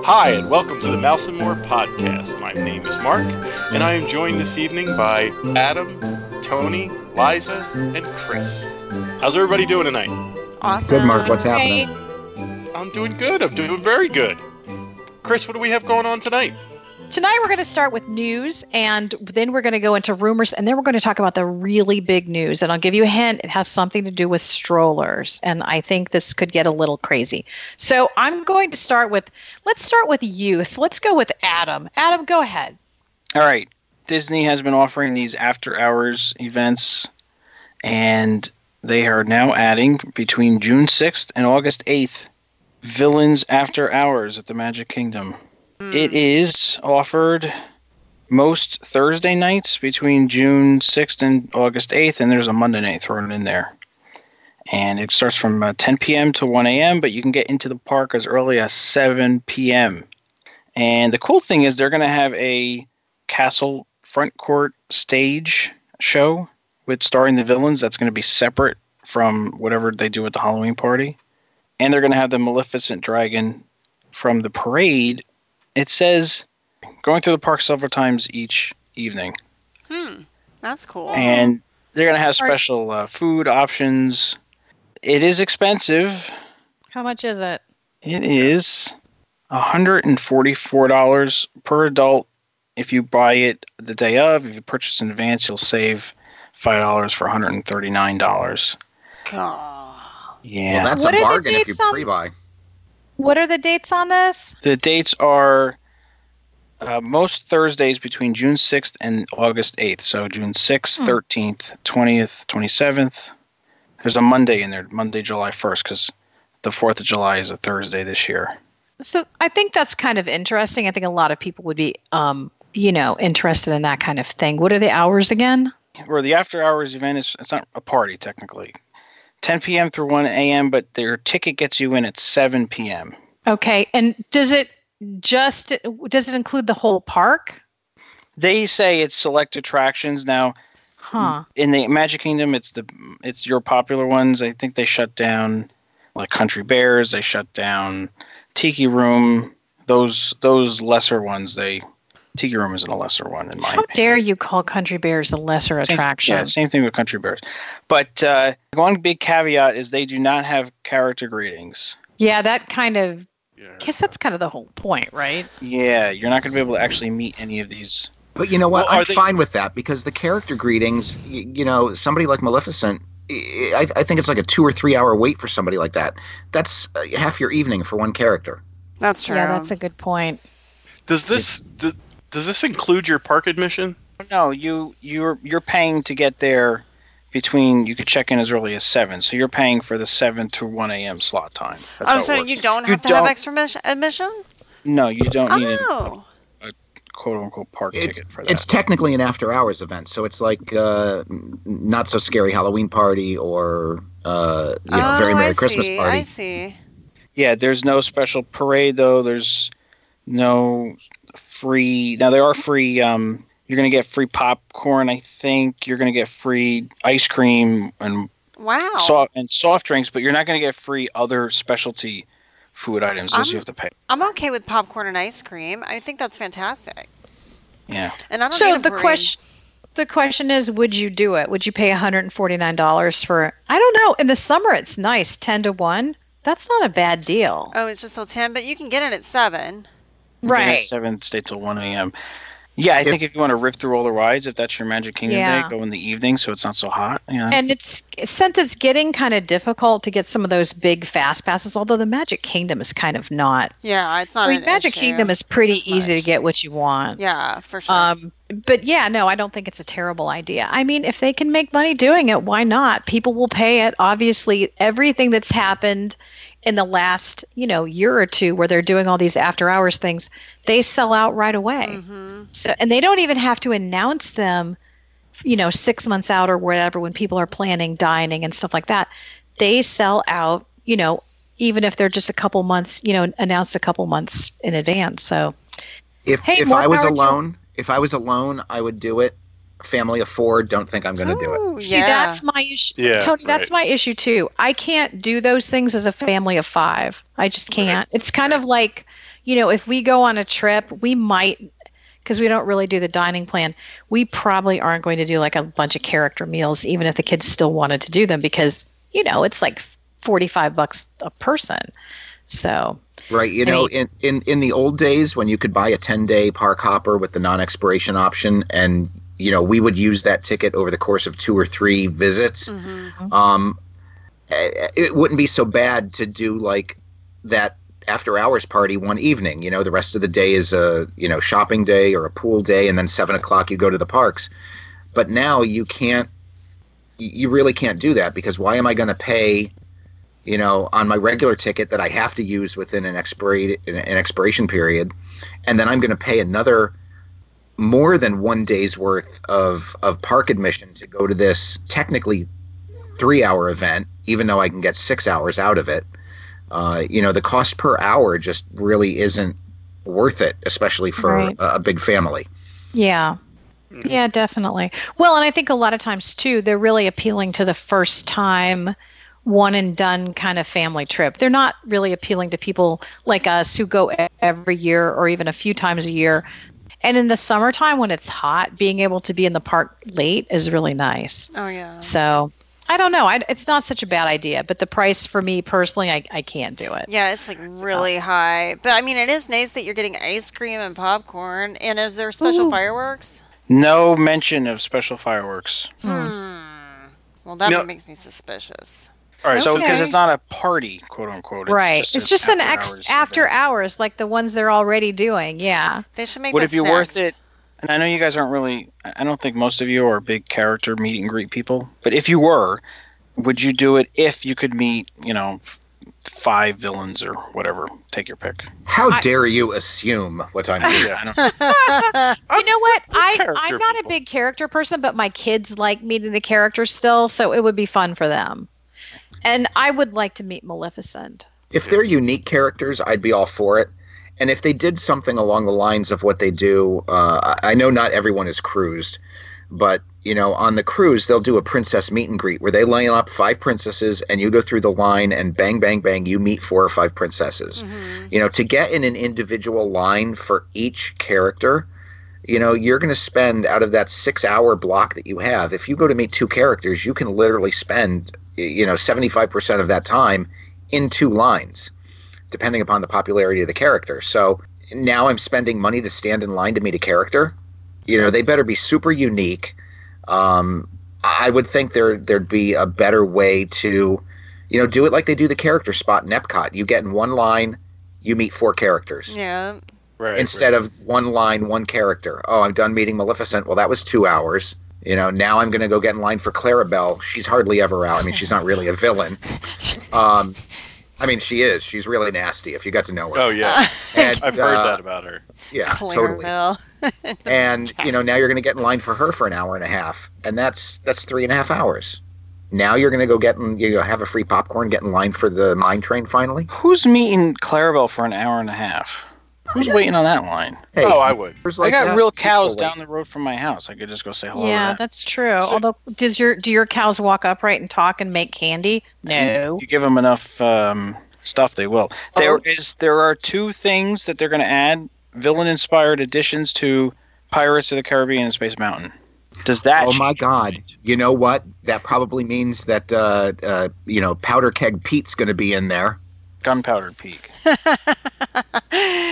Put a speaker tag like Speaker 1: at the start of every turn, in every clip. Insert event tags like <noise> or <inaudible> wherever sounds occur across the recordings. Speaker 1: Hi, and welcome to the Mouse and More podcast. My name is Mark, and I am joined this evening by Adam, Tony, Liza, and Chris. How's everybody doing tonight?
Speaker 2: Awesome.
Speaker 3: Good, Mark. What's happening?
Speaker 1: I'm doing good. I'm doing very good. Chris, what do we have going on tonight?
Speaker 2: Tonight we're going to start with news, and then we're going to go into rumors, and then we're going to talk about the really big news. And I'll give you a hint: it has something to do with strollers, and I think this could get a little crazy. So I'm going to start with let's start with youth. Let's go with Adam. Adam, go ahead.
Speaker 4: All right. Disney has been offering these after hours events, and they are now adding between June 6th and August 8th Villains After Hours at the Magic Kingdom. It is offered most Thursday nights between June 6th and August 8th, and there's a Monday night thrown in there. And it starts from uh, 10 p.m. to 1 a.m., but you can get into the park as early as 7 p.m. And the cool thing is, they're going to have a castle front court stage show with starring the villains that's going to be separate from whatever they do at the Halloween party. And they're going to have the Maleficent dragon from the parade. It says going through the park several times each evening.
Speaker 5: Hmm. That's cool.
Speaker 4: And they're going to have special uh, food options. It is expensive.
Speaker 2: How much is it?
Speaker 4: It is $144 per adult. If you buy it the day of, if you purchase in advance, you'll save $5 for $139.
Speaker 5: God.
Speaker 4: Yeah.
Speaker 3: Well, that's
Speaker 2: What are
Speaker 3: a
Speaker 2: the
Speaker 3: bargain if you
Speaker 2: dates on-
Speaker 3: pre-buy.
Speaker 2: What are the dates on this?
Speaker 4: the dates are uh, most Thursdays between June 6th and August 8th. So June 6th,
Speaker 2: Hmm.
Speaker 4: 13th, 20th, 27th. There's a Monday in there, Monday, July 1st, because the 4th of July is a Thursday this year.
Speaker 2: So I think that's kind of interesting. I think a lot of people would be, um, you know, interested in that kind of thing. What are the hours again?
Speaker 4: Or the after hours event is it's not a party technically. 10 p.m. through 1 a.m., but their ticket gets you in at 7 p.m.
Speaker 2: Okay, and does it just does it include the whole park?
Speaker 4: They say it's select attractions. Now,
Speaker 2: Huh.
Speaker 4: in the Magic Kingdom, it's the it's your popular ones. I think they shut down like Country Bears. They shut down Tiki Room. Those those lesser ones. They Tiki Room isn't a lesser one
Speaker 5: Mm,
Speaker 4: in my
Speaker 2: How
Speaker 4: opinion.
Speaker 2: dare you call Country Bears a lesser
Speaker 4: Same-
Speaker 2: attraction?
Speaker 4: Yeah, same thing with Country Bears. But uh, one big caveat is they do not have character greetings.
Speaker 2: Yeah, that kind of.
Speaker 1: Yeah.
Speaker 2: I guess that's kind of the whole point, right?
Speaker 4: Yeah, you're not going to be able to actually meet any of these.
Speaker 3: But you know what?
Speaker 1: Well, are
Speaker 3: I'm
Speaker 1: they-
Speaker 3: fine with that because the character greetings, y- you know, somebody like Maleficent, I, I- I think it's like a two or three hour wait for somebody like that. That's uh, half your evening for one character.
Speaker 5: That's true.
Speaker 2: Yeah, that's a good point.
Speaker 1: Does this d does this include your park admission?
Speaker 4: No, you you're you're paying to get there between you could check in as early as seven. So you're paying for the seven to one a.m. slot time. That's how
Speaker 5: oh,
Speaker 4: it
Speaker 5: so
Speaker 4: works.
Speaker 5: you don't
Speaker 4: You
Speaker 5: have to have
Speaker 4: don't-
Speaker 5: extra mis- admission?
Speaker 4: No, you don't need
Speaker 5: Oh.
Speaker 4: a quote unquote park
Speaker 3: It's,
Speaker 4: ticket for that.
Speaker 3: it's technically an after hours event, so it's like uh, n- not so scary Halloween party or uh, you know,
Speaker 5: oh,
Speaker 3: very Merry
Speaker 5: I
Speaker 3: Christmas
Speaker 5: see,
Speaker 3: party.
Speaker 5: I see.
Speaker 4: yeah, there's no special parade though. There's no free. Now there are free. Um, you're gonna get free popcorn. I think you're gonna get free ice cream and
Speaker 5: Wow.
Speaker 4: soft and soft drinks, but you're not gonna get free other specialty food items. Those
Speaker 5: I'm-
Speaker 4: you
Speaker 2: Um,
Speaker 4: have to pay.
Speaker 5: I'm okay with popcorn and ice cream. I think that's fantastic.
Speaker 4: Yeah.
Speaker 5: And I don't
Speaker 2: So
Speaker 5: need a
Speaker 2: the
Speaker 5: parade.
Speaker 2: question, the question is, would you do it? Would you pay one hundred and forty nine dollars for? I don't know. In the summer, it's nice, ten to one. That's not a bad deal,
Speaker 5: Oh, it's just till 10, but you can get in at 7.
Speaker 4: You're gonna
Speaker 2: right?
Speaker 4: At Seven stay till one a.m. Yeah, I
Speaker 3: If-
Speaker 4: think if you want to rip through all the rides, if that's your Magic Kingdom
Speaker 2: Yeah.
Speaker 4: day, go in the evening so it's not so hot. Yeah.
Speaker 2: And it's since it's getting kind of difficult to get some of those big fast passes. Although the Magic Kingdom is kind of not.
Speaker 5: Yeah, it's not
Speaker 2: I mean,
Speaker 5: an
Speaker 2: Magic
Speaker 5: issue
Speaker 2: Kingdom is pretty
Speaker 5: as
Speaker 2: easy to
Speaker 5: much.
Speaker 2: get what you want.
Speaker 5: Yeah, for sure.
Speaker 2: Um, but yeah, no, I don't think it's a terrible idea. I mean, if they can make money doing it, why not? People will pay it. Obviously, everything that's happened in the last, you know, year or two where they're doing all these after hours things, they sell out right away.
Speaker 5: hmm
Speaker 2: So and they don't even have to announce them, you know, 6 months out or whatever when people are planning dining and stuff like that. They sell out, you know, even if they're just a couple months, you know, announced a couple months in advance. So
Speaker 3: If
Speaker 2: Hey,
Speaker 3: if
Speaker 2: more
Speaker 3: I was
Speaker 2: power to you.
Speaker 3: alone, if I was alone, I would do it. family of four, don't think I'm going to do it.
Speaker 5: Ooh,
Speaker 2: See,
Speaker 5: yeah.
Speaker 2: that's my issue.
Speaker 1: Yeah,
Speaker 2: Tony, that's my issue too. I can't do those things as a family of five. I just can't. It's kind of like, you know, if we go on a trip, we might, because we don't really do the dining plan, we probably aren't going to do like a bunch of character meals, even if the kids still wanted to do them, because, you know, it's like 45 bucks a person. So,
Speaker 3: Right. You
Speaker 2: I
Speaker 3: know,
Speaker 2: mean-
Speaker 3: in, in, in the old days when you could buy a 10 day park hopper with the non expiration option, and, you know, we would use that ticket over the course of two or three visits,
Speaker 5: Mhm.
Speaker 3: um, eh, it wouldn't be so bad to do like that after hours party one evening. You know, the rest of the day is a, you know, shopping day or a pool day, and then seven o'clock you go to the parks. But now you can't, you- you really can't do that because why am I going to pay? you know, on my regular ticket that I have to use within an expiry an expiration period, and then I'm going to pay another more than one day's worth of of park admission to go to this technically three hour event, even though I can get six hours out of it. Uh, you know, the cost per hour just really isn't worth it, especially for
Speaker 2: Right.
Speaker 3: a, a big family.
Speaker 2: yeah.
Speaker 1: Mhm.
Speaker 2: Yeah, definitely. Well, and I think a lot of times too, they're really appealing to the first time one and done kind of family trip. They're not really appealing to people like us who go e- every year or even a few times a year. And in the summertime when it's hot, being able to be in the park late is really nice.
Speaker 5: Oh yeah.
Speaker 2: So I don't know. I, it's not such a bad idea, but the price for me personally, I, I can't do it.
Speaker 5: Yeah, it's like really high. But I mean, it is nice that you're getting ice cream and popcorn. And is there special
Speaker 2: Ooh.
Speaker 5: fireworks?
Speaker 4: No mention of special fireworks.
Speaker 5: Hmm. Well, that
Speaker 1: No.
Speaker 5: one makes me suspicious.
Speaker 4: All right, so because
Speaker 2: Okay.
Speaker 4: it's not a party, quote unquote.
Speaker 2: right. It's just an ex
Speaker 4: hours
Speaker 2: after
Speaker 4: event.
Speaker 2: hours like the ones they're already doing. Yeah.
Speaker 5: They should make.
Speaker 4: Would it
Speaker 5: this
Speaker 4: be worth
Speaker 5: snacks.
Speaker 4: it? And I know you guys aren't really. I I don't think most of you are big character meet and greet people. But if you were, would you do it if you could meet, you know, f- five villains or whatever? Take your pick.
Speaker 3: How
Speaker 2: I-
Speaker 3: dare you assume what
Speaker 2: <laughs>
Speaker 3: I'm doing?
Speaker 4: I don't,
Speaker 2: you know what? I,
Speaker 4: character
Speaker 2: I'm not
Speaker 4: people.
Speaker 2: a big character person, but my kids like meeting the character still, so it would be fun for them. And I would like to meet Maleficent.
Speaker 3: If they're unique characters, I'd be all for it. And if they did something along the lines of what they do, uh, I I know not everyone is cruised, but you know, on the cruise they'll do a princess meet and greet where they line up five princesses and you go through the line and bang, bang, bang, you meet four or five princesses.
Speaker 5: Mhm.
Speaker 3: You know, to get in an individual line for each character, you know, you're going to spend out of that six hour block that you have. If you go to meet two characters, you can literally spend, y- you know, 75% of that time in two lines, depending upon the popularity of the character. So now I'm spending money to stand in line to meet a character. You know, they better be super unique. Um, I I would think there there'd be a better way to, you know, do it like they do the character spot in Epcot. You get in one line, you meet four characters
Speaker 5: Yeah.
Speaker 1: Right,
Speaker 3: instead of one line, one character. Oh, I'm done meeting Maleficent. Well, that was two hours. You know, now I'm going to go get in line for Clarabelle. She's hardly ever out. I mean, she's not really a villain. Um, I mean, she is. She's really nasty. If you got to know her,
Speaker 1: Oh yeah,
Speaker 3: and,
Speaker 1: I've heard
Speaker 3: uh,
Speaker 1: that about her.
Speaker 3: Yeah, totally.
Speaker 5: Clarabelle.
Speaker 3: And you know, now you're going to get in line for her for an hour and a half, and that's that's three and a half hours. Now you're going to go get in, you know, have a free popcorn, get in line for the mine train finally.
Speaker 4: who's meeting Clarabelle for an hour and a half? Who's waiting on that line?
Speaker 3: Hey,
Speaker 1: oh, I would.
Speaker 3: there's like
Speaker 4: I got
Speaker 3: that.
Speaker 4: real
Speaker 3: People
Speaker 4: cows
Speaker 3: wait.
Speaker 4: down the road from my house. I could just go say hello.
Speaker 2: yeah,
Speaker 4: to that.
Speaker 2: that's true.
Speaker 1: So-
Speaker 2: Although, does your do your cows walk upright and talk and make candy? No.
Speaker 4: You give them enough um, stuff, they will. There
Speaker 2: Oats.
Speaker 4: is there are two things that they're going to add: villain-inspired additions to Pirates of the Caribbean and Space Mountain. Does that?
Speaker 3: Oh my
Speaker 4: change your
Speaker 3: God!
Speaker 4: mind?
Speaker 3: You know what? That probably means that uh, uh, you know Powder Keg Pete's going to be in there.
Speaker 4: Gunpowder Peak.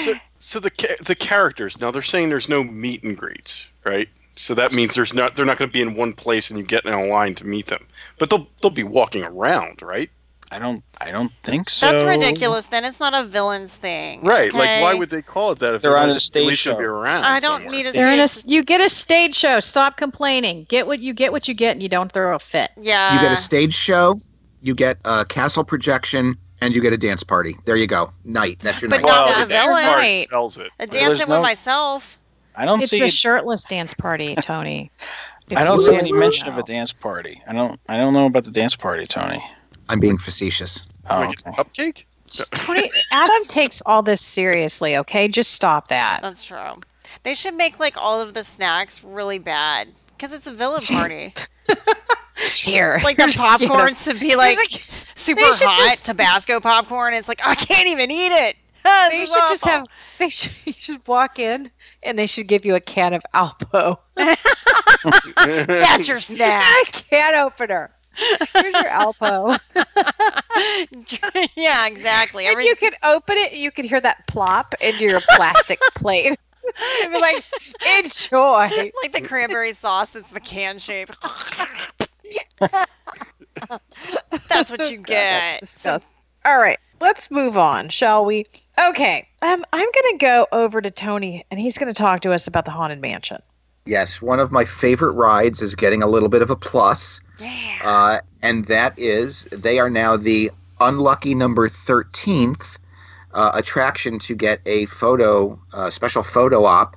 Speaker 1: So, so the ca- the characters now they're saying there's no meet and greets, right? So that means there's not they're not going to be in one place and you get in a line to meet them, but they'll they'll be walking around, right?
Speaker 4: I don't. I don't think
Speaker 5: <laughs>
Speaker 4: so.
Speaker 5: That's ridiculous. Then it's not a villain's thing.
Speaker 1: Right. Like, why
Speaker 5: okay?
Speaker 1: would they call it that if
Speaker 4: They're on
Speaker 1: not-
Speaker 4: a stage
Speaker 1: at least should
Speaker 4: show.
Speaker 1: be around?
Speaker 5: I don't
Speaker 1: somewhere.
Speaker 5: need a-
Speaker 2: They're in a s-
Speaker 5: Yes.
Speaker 2: you get a stage show. Stop complaining. Get what you get. What you get, and you don't throw a fit.
Speaker 5: Yeah.
Speaker 3: you get a stage show, you get a castle projection, and you get a dance party. There you go. Night. That's your
Speaker 5: But
Speaker 3: night.
Speaker 5: not
Speaker 1: Well,
Speaker 5: that
Speaker 1: the dance
Speaker 5: villain.
Speaker 1: part
Speaker 2: Right.
Speaker 1: sells it.
Speaker 5: A
Speaker 1: right?
Speaker 4: dance-
Speaker 5: dancing
Speaker 4: no-
Speaker 5: with myself.
Speaker 4: I don't
Speaker 2: It's
Speaker 4: see.
Speaker 2: a shirtless dance party,
Speaker 4: <laughs>
Speaker 2: Tony.
Speaker 4: I don't
Speaker 2: If
Speaker 4: see
Speaker 2: you
Speaker 4: any
Speaker 2: don't
Speaker 4: mention of
Speaker 2: know.
Speaker 4: a dance party. I don't. I don't know about the dance party, Tony.
Speaker 3: I'm being facetious.
Speaker 4: Oh,
Speaker 1: Like a
Speaker 4: okay.
Speaker 1: cupcake.
Speaker 5: <laughs>
Speaker 2: <laughs> Tony, Adam takes all this seriously.
Speaker 4: <laughs>
Speaker 2: Okay, just stop that.
Speaker 5: That's true. They should make like all of the snacks really bad. because it's a villain
Speaker 1: <laughs>
Speaker 2: <laughs>
Speaker 5: party.
Speaker 2: Here, <laughs>
Speaker 5: like the
Speaker 2: here's- you know,
Speaker 5: popcorns to be like
Speaker 2: like,
Speaker 5: super
Speaker 2: they should
Speaker 5: hot
Speaker 2: just-
Speaker 5: Tabasco popcorn. It's like "Oh, I can't even eat it. <laughs> This
Speaker 2: <laughs> they
Speaker 5: is
Speaker 2: should just
Speaker 5: awful.
Speaker 2: have. <laughs> They should, you should walk in and they should give you a can of Alpo,
Speaker 5: <laughs> that's your snack.
Speaker 2: <laughs>
Speaker 5: <laughs>
Speaker 2: a can opener. Here's your Alpo,
Speaker 5: yeah, exactly.
Speaker 2: and
Speaker 5: Every, <laughs>
Speaker 2: you could open it. and You could hear that plop into your
Speaker 5: <laughs>
Speaker 2: plastic plate. and be like, enjoy.
Speaker 5: like the cranberry sauce that's the can shape. <laughs> that's what you
Speaker 2: God,
Speaker 5: get.
Speaker 2: <laughs> that's disgusting. All right, let's move on, shall we? Okay, um, I'm going to go over to Tony, and he's going to talk to us about the haunted mansion.
Speaker 3: Yes, one of my favorite rides is getting a little bit of a plus,
Speaker 5: yeah.
Speaker 3: uh, and that is they are now the unlucky number 13th uh, attraction to get a photo, uh, special photo op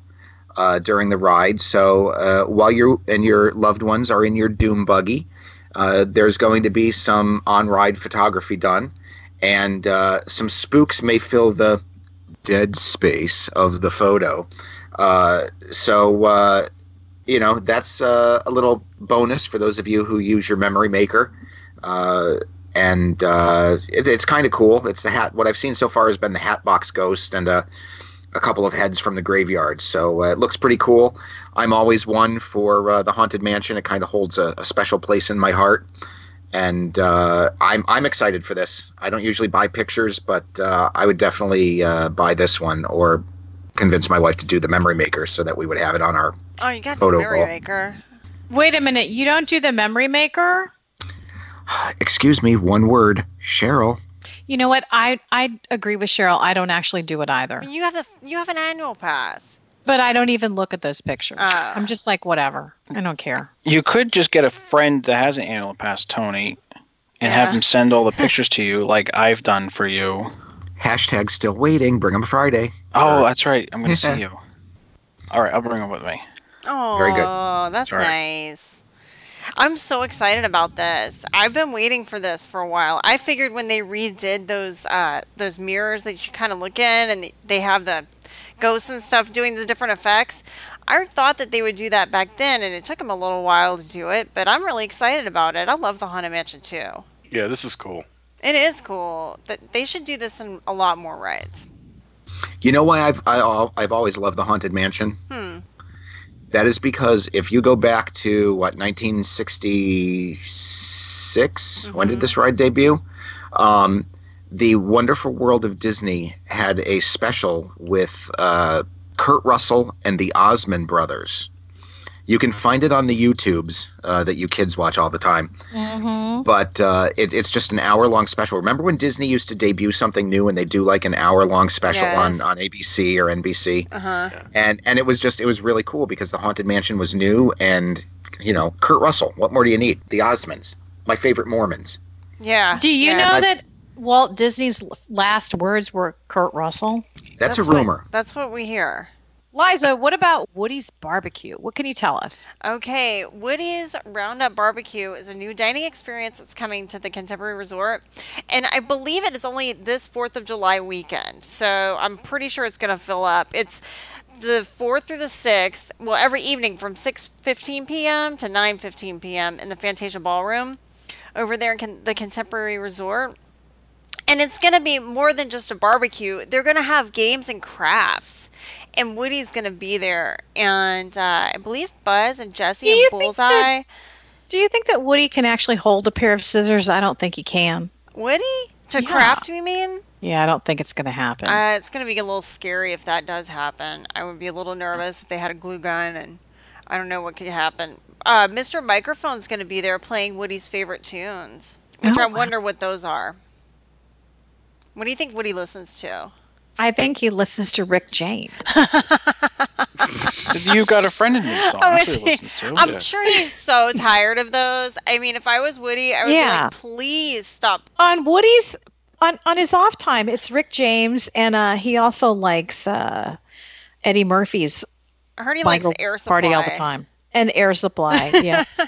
Speaker 3: uh, during the ride. So uh, while you and your loved ones are in your doom buggy, uh, there's going to be some on ride photography done, and uh, some spooks may fill the dead space of the photo. Uh, so, uh, you know, that's uh, a little bonus for those of you who use your memory maker. Uh, and uh, it, it's kind of cool. It's the hat. What I've seen so far has been the Hatbox Ghost and a, a couple of heads from the graveyard. So uh, it looks pretty cool. I'm always one for uh, the Haunted Mansion. It kind of holds a, a special place in my heart. And uh, I'm I'm excited for this. I don't usually buy pictures, but uh, I would definitely uh, buy this one or convince my wife to do the memory maker so that we would have it on our
Speaker 5: oh, you got the
Speaker 3: photo
Speaker 5: berry
Speaker 3: ball.
Speaker 5: maker.
Speaker 2: Wait a minute, you don't do the memory maker?
Speaker 3: excuse me one word cheryl
Speaker 2: You know what? I I agree with Cheryl. I don't actually do it either,
Speaker 5: You have the you have an annual pass.
Speaker 2: but I don't even look at those pictures.
Speaker 5: Ah.
Speaker 2: I'm just like, whatever. I don't care.
Speaker 4: You could just get a friend that has an annual pass, Tony, and have
Speaker 5: Yeah.
Speaker 4: him send all the pictures to you, like I've done for you.
Speaker 3: hashtag still waiting bring 'em friday
Speaker 4: Oh, that's right. I'm going
Speaker 1: <laughs>
Speaker 4: to
Speaker 3: Yeah.
Speaker 4: see you. All right, I'll bring him with me.
Speaker 5: Oh,
Speaker 3: Very good.
Speaker 5: that's
Speaker 4: Sorry.
Speaker 5: nice. I'm so excited about this. I've been waiting for this for a while. I figured when they redid those uh, those mirrors that you kind of look in, and they have the ghosts and stuff doing the different effects. I thought that they would do that back then, and it took them a little while to do it. But I'm really excited about it. I love the haunted mansion too.
Speaker 1: <laughs> Yeah, this is cool.
Speaker 5: It is cool. That they should do this in a lot more rides.
Speaker 3: you know why i've I, al- i've always loved the haunted mansion
Speaker 5: Hmm.
Speaker 3: that is because if you go back to what 1966 when did
Speaker 5: Mhm.
Speaker 3: this ride debut um, the wonderful world of disney had a special with uh, kurt russell and the osmond brothers you can find it on the youtubes uh, that you kids watch all the time
Speaker 2: Mm-hmm.
Speaker 3: but uh, it, it's just an hour long special. Remember when Disney used to debut something new and they do like an hour long special
Speaker 5: Yes.
Speaker 3: on, on ABC or NBC?
Speaker 5: Uh huh.
Speaker 3: And and it was just it was really cool because the Haunted Mansion was new and you know Kurt Russell. What more do you need? The Osmonds, my favorite Mormons.
Speaker 5: Yeah.
Speaker 2: Do you
Speaker 5: yeah.
Speaker 2: know
Speaker 3: I-
Speaker 2: that Walt Disney's l- last words were Kurt Russell?
Speaker 3: That's, a
Speaker 5: what-
Speaker 3: rumor.
Speaker 5: that's what we hear.
Speaker 2: Liza, what about Woody's barbecue? What can you tell us?
Speaker 5: Okay, Woody's Roundup Barbecue is a new dining experience that's coming to the Contemporary Resort, and I believe it is only this 4th of July weekend. So I'm pretty sure it's going to fill up. It's the 4th through the 6th, well every evening from 6:15 p.m. to 9:15 p.m. in the Fantasia Ballroom over there in Con- the Contemporary Resort. And it's going to be more than just a barbecue. They're going to have games and crafts. And Woody's going to be there. And uh, I believe Buzz and Jesse
Speaker 2: Do you
Speaker 5: and
Speaker 2: think
Speaker 5: Bullseye.
Speaker 2: Do you think that Woody can actually hold a pair of scissors? I don't think he can.
Speaker 5: Woody? To
Speaker 2: Yeah.
Speaker 5: craft, you mean?
Speaker 2: Yeah, I don't think it's going to happen.
Speaker 5: Uh, it's going to be a little scary if that does happen. I would be a little nervous if they had a glue gun and I don't know what could happen. Uh, Mr. Microphone's going to be there playing Woody's favorite tunes, which
Speaker 2: Oh,
Speaker 5: I
Speaker 2: wow.
Speaker 5: wonder what those are. What do you think Woody listens to?
Speaker 2: I think he listens to Rick James.
Speaker 4: You got a friend in me,
Speaker 5: <laughs>
Speaker 4: so
Speaker 5: Oh,
Speaker 4: I'm
Speaker 5: is
Speaker 4: sure he
Speaker 5: he?
Speaker 4: listens to.
Speaker 5: I'm sure he's
Speaker 2: <laughs>
Speaker 5: so tired of those. I mean, if I was Woody, I would be
Speaker 2: Yeah.
Speaker 5: like, please stop.
Speaker 2: on Woody's on on his off time, it's Rick James, and uh, he also likes uh, Eddie Murphy's
Speaker 5: I heard he likes
Speaker 2: Michael
Speaker 5: air supply. <laughs>
Speaker 2: party all the time and Air Supply. Yes.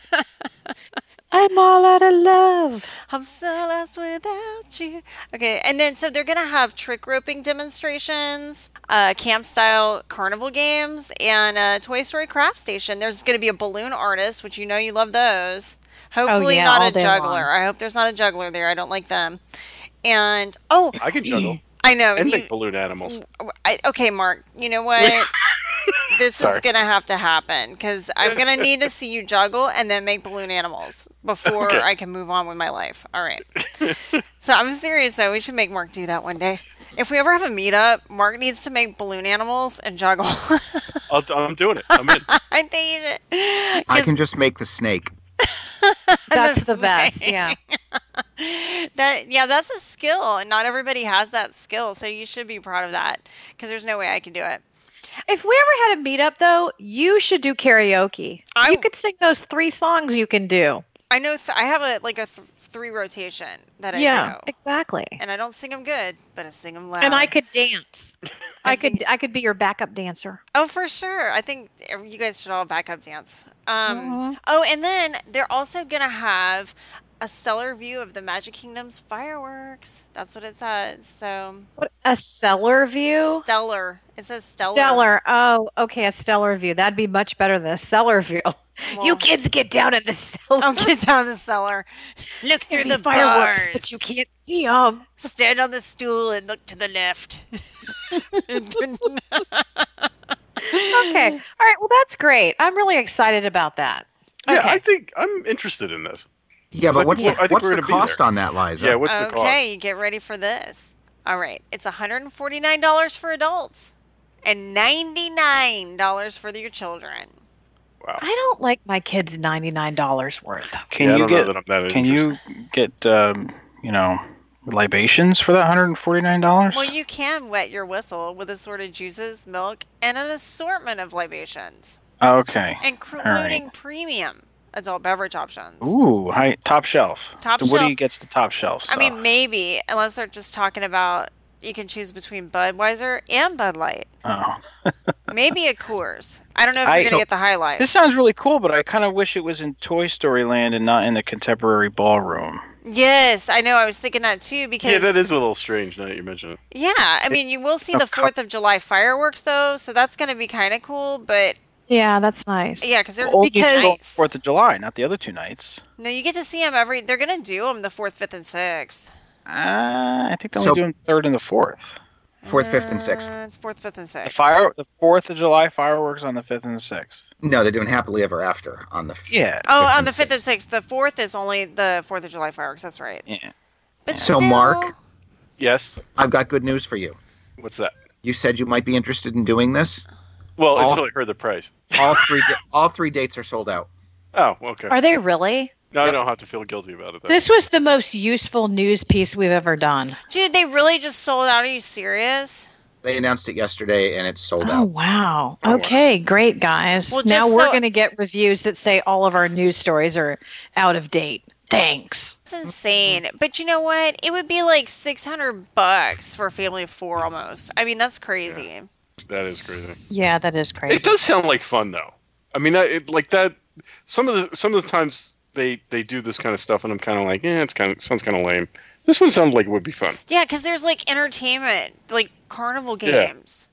Speaker 2: I'm all out of love.
Speaker 5: I'm so lost without you. Okay, and then so they're gonna have trick roping demonstrations, uh, camp style carnival games, and a Toy Story craft station. There's gonna be a balloon artist, which you know you love those. Hopefully
Speaker 2: yeah, all
Speaker 5: not a
Speaker 2: day
Speaker 5: juggler.
Speaker 2: long.
Speaker 5: I hope there's not a juggler there. I don't like them. And oh,
Speaker 1: I can juggle
Speaker 5: I know.
Speaker 1: and
Speaker 5: you-
Speaker 1: make balloon animals.
Speaker 5: I, okay, Mark. You know what? this
Speaker 1: Sorry.
Speaker 5: is gonna have to happen because I'm gonna need to see you juggle and then make balloon animals before
Speaker 1: Okay.
Speaker 5: I can move on with my life. All right. so I'm serious though. We should make Mark do that one day. If we ever have a meetup, Mark needs to make balloon animals and juggle. <laughs>
Speaker 1: I'll, I'm doing it. I'm in.
Speaker 5: I think you should.
Speaker 3: I can just make the snake.
Speaker 2: That's
Speaker 5: the
Speaker 2: the best.
Speaker 5: snake.
Speaker 2: Yeah.
Speaker 5: That yeah, that's a skill, and not everybody has that skill. So you should be proud of that because there's no way I can do it.
Speaker 2: If we ever had a meetup, though, you should do karaoke.
Speaker 5: I-
Speaker 2: you could sing those three songs you can do.
Speaker 5: I know th- I have a like a th- three rotation that I
Speaker 2: yeah,
Speaker 5: do,
Speaker 2: exactly.
Speaker 5: and uh, I don't sing them good, but I sing them loud.
Speaker 2: And I could dance. I could.
Speaker 5: think-
Speaker 2: I could be your backup dancer.
Speaker 5: oh for sure. I think ev- you guys should all back up dance. Um,
Speaker 2: Mhm.
Speaker 5: Oh, and then they're also gonna have a stellar view of the Magic Kingdom's fireworks. That's what it says. So
Speaker 2: What a stellar view.
Speaker 5: stellar. It says stellar.
Speaker 2: Stellar. Oh, okay, a stellar view. That'd be much better than a cellar view. <laughs>
Speaker 5: Well,
Speaker 2: you kids get down in the cellar.
Speaker 5: <laughs>
Speaker 2: <laughs>
Speaker 5: Don't get down the cellar. Look
Speaker 2: There'd
Speaker 5: through
Speaker 2: be
Speaker 5: the
Speaker 2: fireworks,
Speaker 5: bars.
Speaker 2: but you can't see them.
Speaker 5: Stand on the stool and look to the
Speaker 2: <laughs>
Speaker 5: left. <laughs>
Speaker 2: Okay.
Speaker 5: <laughs>
Speaker 2: All right. Well, that's great. I'm really excited about that.
Speaker 1: Yeah,
Speaker 2: Okay.
Speaker 1: I think I'm interested in this.
Speaker 3: Yeah,
Speaker 1: So I think
Speaker 3: but what's
Speaker 1: we're-
Speaker 3: the,
Speaker 1: I think
Speaker 3: what's
Speaker 1: we're
Speaker 3: the
Speaker 1: gonna be
Speaker 3: cost
Speaker 1: there.
Speaker 3: on that, Liza?
Speaker 1: Yeah, what's the cost?
Speaker 5: okay, get ready for this. All right, it's $149 for adults and $99 for your children.
Speaker 1: Wow.
Speaker 2: I don't like my kids $99 worth.
Speaker 1: Yeah,
Speaker 4: Can
Speaker 1: I
Speaker 4: you
Speaker 1: don't know
Speaker 4: get
Speaker 1: that I'm that
Speaker 4: Can
Speaker 1: interested.
Speaker 4: you get um, you know libations for that hundred and forty nine dollars?
Speaker 5: Well, you can wet your whistle with assorted juices, milk, and an assortment of libations,
Speaker 4: Oh, Okay.
Speaker 5: including premium adult beverage options.
Speaker 4: Ooh, high top shelf.
Speaker 5: Top
Speaker 4: the Woody
Speaker 5: shelf.
Speaker 4: gets the top shelf.
Speaker 5: I
Speaker 4: Stuff.
Speaker 5: mean, maybe, unless they're just talking about you can choose between Budweiser and Bud Light.
Speaker 4: oh.
Speaker 5: Maybe a Coors. I don't know if you're
Speaker 4: I-
Speaker 5: going to
Speaker 4: so-
Speaker 5: get the highlight.
Speaker 4: this sounds really cool, but I kind of wish it was in Toy Story Land and not in the contemporary ballroom.
Speaker 5: yes, I know. I was thinking that too because
Speaker 1: Yeah, that is a little strange now that you mention it.
Speaker 5: Yeah, I mean, you will see
Speaker 4: a
Speaker 5: the
Speaker 4: cou-
Speaker 5: Fourth of July fireworks though, so that's going to be kind of cool. But
Speaker 2: Yeah, that's nice.
Speaker 5: yeah, because they're
Speaker 4: Only
Speaker 2: Because-
Speaker 4: till Fourth of July, not the other two nights.
Speaker 5: no, you get to see them every. They're going to do them the fourth, fifth, and sixth.
Speaker 4: Uh, I think they
Speaker 3: So-
Speaker 4: only do them third and the fourth.
Speaker 3: Fourth, fifth, and sixth.
Speaker 5: Uh, it's fourth, fifth, and
Speaker 4: The
Speaker 5: sixth.
Speaker 4: fire, the Fourth of July fireworks on the fifth and the sixth.
Speaker 3: No, they're doing happily ever after on the.
Speaker 4: Yeah.
Speaker 5: Oh,
Speaker 3: Fifth
Speaker 5: on
Speaker 3: and
Speaker 5: the fifth and sixth. The fourth is only the Fourth of July fireworks. That's right.
Speaker 4: Yeah.
Speaker 5: But
Speaker 3: So,
Speaker 5: still-
Speaker 3: Mark?
Speaker 1: Yes.
Speaker 3: I've got good news for you.
Speaker 1: What's that?
Speaker 3: You said you might be interested in doing this.
Speaker 1: Well,
Speaker 3: All-
Speaker 1: until I heard the price.
Speaker 3: All three, da- all three dates are sold out.
Speaker 1: Oh, okay.
Speaker 2: Are they really?
Speaker 1: Now I don't have to feel guilty about it. Though.
Speaker 2: This was the most useful news piece we've ever done.
Speaker 5: dude, they really just sold out. Are you serious?
Speaker 3: They announced it yesterday, and it's sold
Speaker 2: Oh
Speaker 3: out.
Speaker 2: wow!
Speaker 1: Oh, wow.
Speaker 2: okay, great guys.
Speaker 5: Well,
Speaker 2: now
Speaker 5: just
Speaker 2: we're
Speaker 5: so-
Speaker 2: going to get reviews that say all of our news stories are out of date. Thanks.
Speaker 5: It's
Speaker 4: Mm-hmm.
Speaker 5: insane. But you know what? It would be like six hundred bucks for a family of four almost. I mean, that's crazy.
Speaker 1: That is crazy.
Speaker 2: Yeah, that is crazy.
Speaker 1: It does sound like fun though. I mean, I, it, like that. Some of the some of the times they they do this kind of stuff, and I'm kind of like, yeah, it's kind of sounds kind of lame. This one sounds like it would be fun.
Speaker 5: Yeah, because there's like entertainment, like carnival
Speaker 1: Yeah.
Speaker 5: games.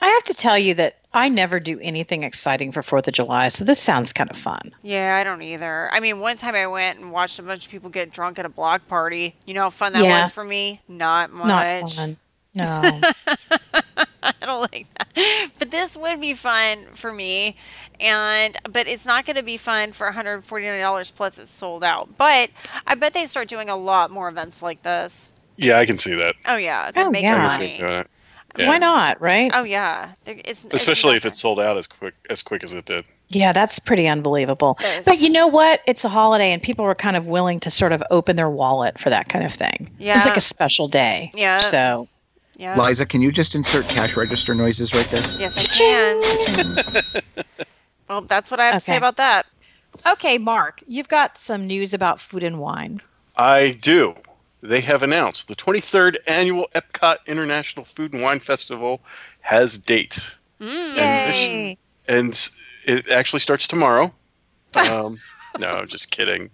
Speaker 2: I have to tell you that I never do anything exciting for Fourth of July, so this sounds kind of fun.
Speaker 5: Yeah, I don't either. I mean, one time I went and watched a bunch of people get drunk at a block party. You know how fun that
Speaker 2: Yeah.
Speaker 5: was for me? Not much.
Speaker 2: Not fun. No.
Speaker 5: <laughs> I don't <laughs> like that. But this would be fun for me. And but it's not going to be fun for $149 plus it's sold out. But I bet they start doing a lot more events like this.
Speaker 1: Yeah, I can see that.
Speaker 5: Oh yeah, they're
Speaker 2: Oh,
Speaker 5: making
Speaker 2: yeah.
Speaker 1: I can see
Speaker 5: money.
Speaker 1: that.
Speaker 2: Why not? Right?
Speaker 5: Oh yeah, They're- it's
Speaker 1: Especially if
Speaker 5: nothing.
Speaker 1: it's sold out as quick as quick as it did.
Speaker 2: Yeah, that's pretty unbelievable.
Speaker 5: Yes.
Speaker 2: But you know what? It's a holiday, and people are kind of willing to sort of open their wallet for that kind of thing.
Speaker 5: Yeah.
Speaker 2: It's like a special day.
Speaker 5: Yeah.
Speaker 2: So
Speaker 1: <laughs>
Speaker 5: yeah.
Speaker 3: Liza, can you just insert cash register noises right there?
Speaker 5: Yes, I can. well, that's what I have to say
Speaker 2: Okay.
Speaker 5: about that.
Speaker 2: Okay, Mark, you've got some news about food and wine.
Speaker 1: I do. They have announced the 23rd annual Epcot International Food and Wine Festival has dates, Mm. And this-
Speaker 2: Yay.
Speaker 1: and s- it actually starts tomorrow. Um, no, I'm just kidding.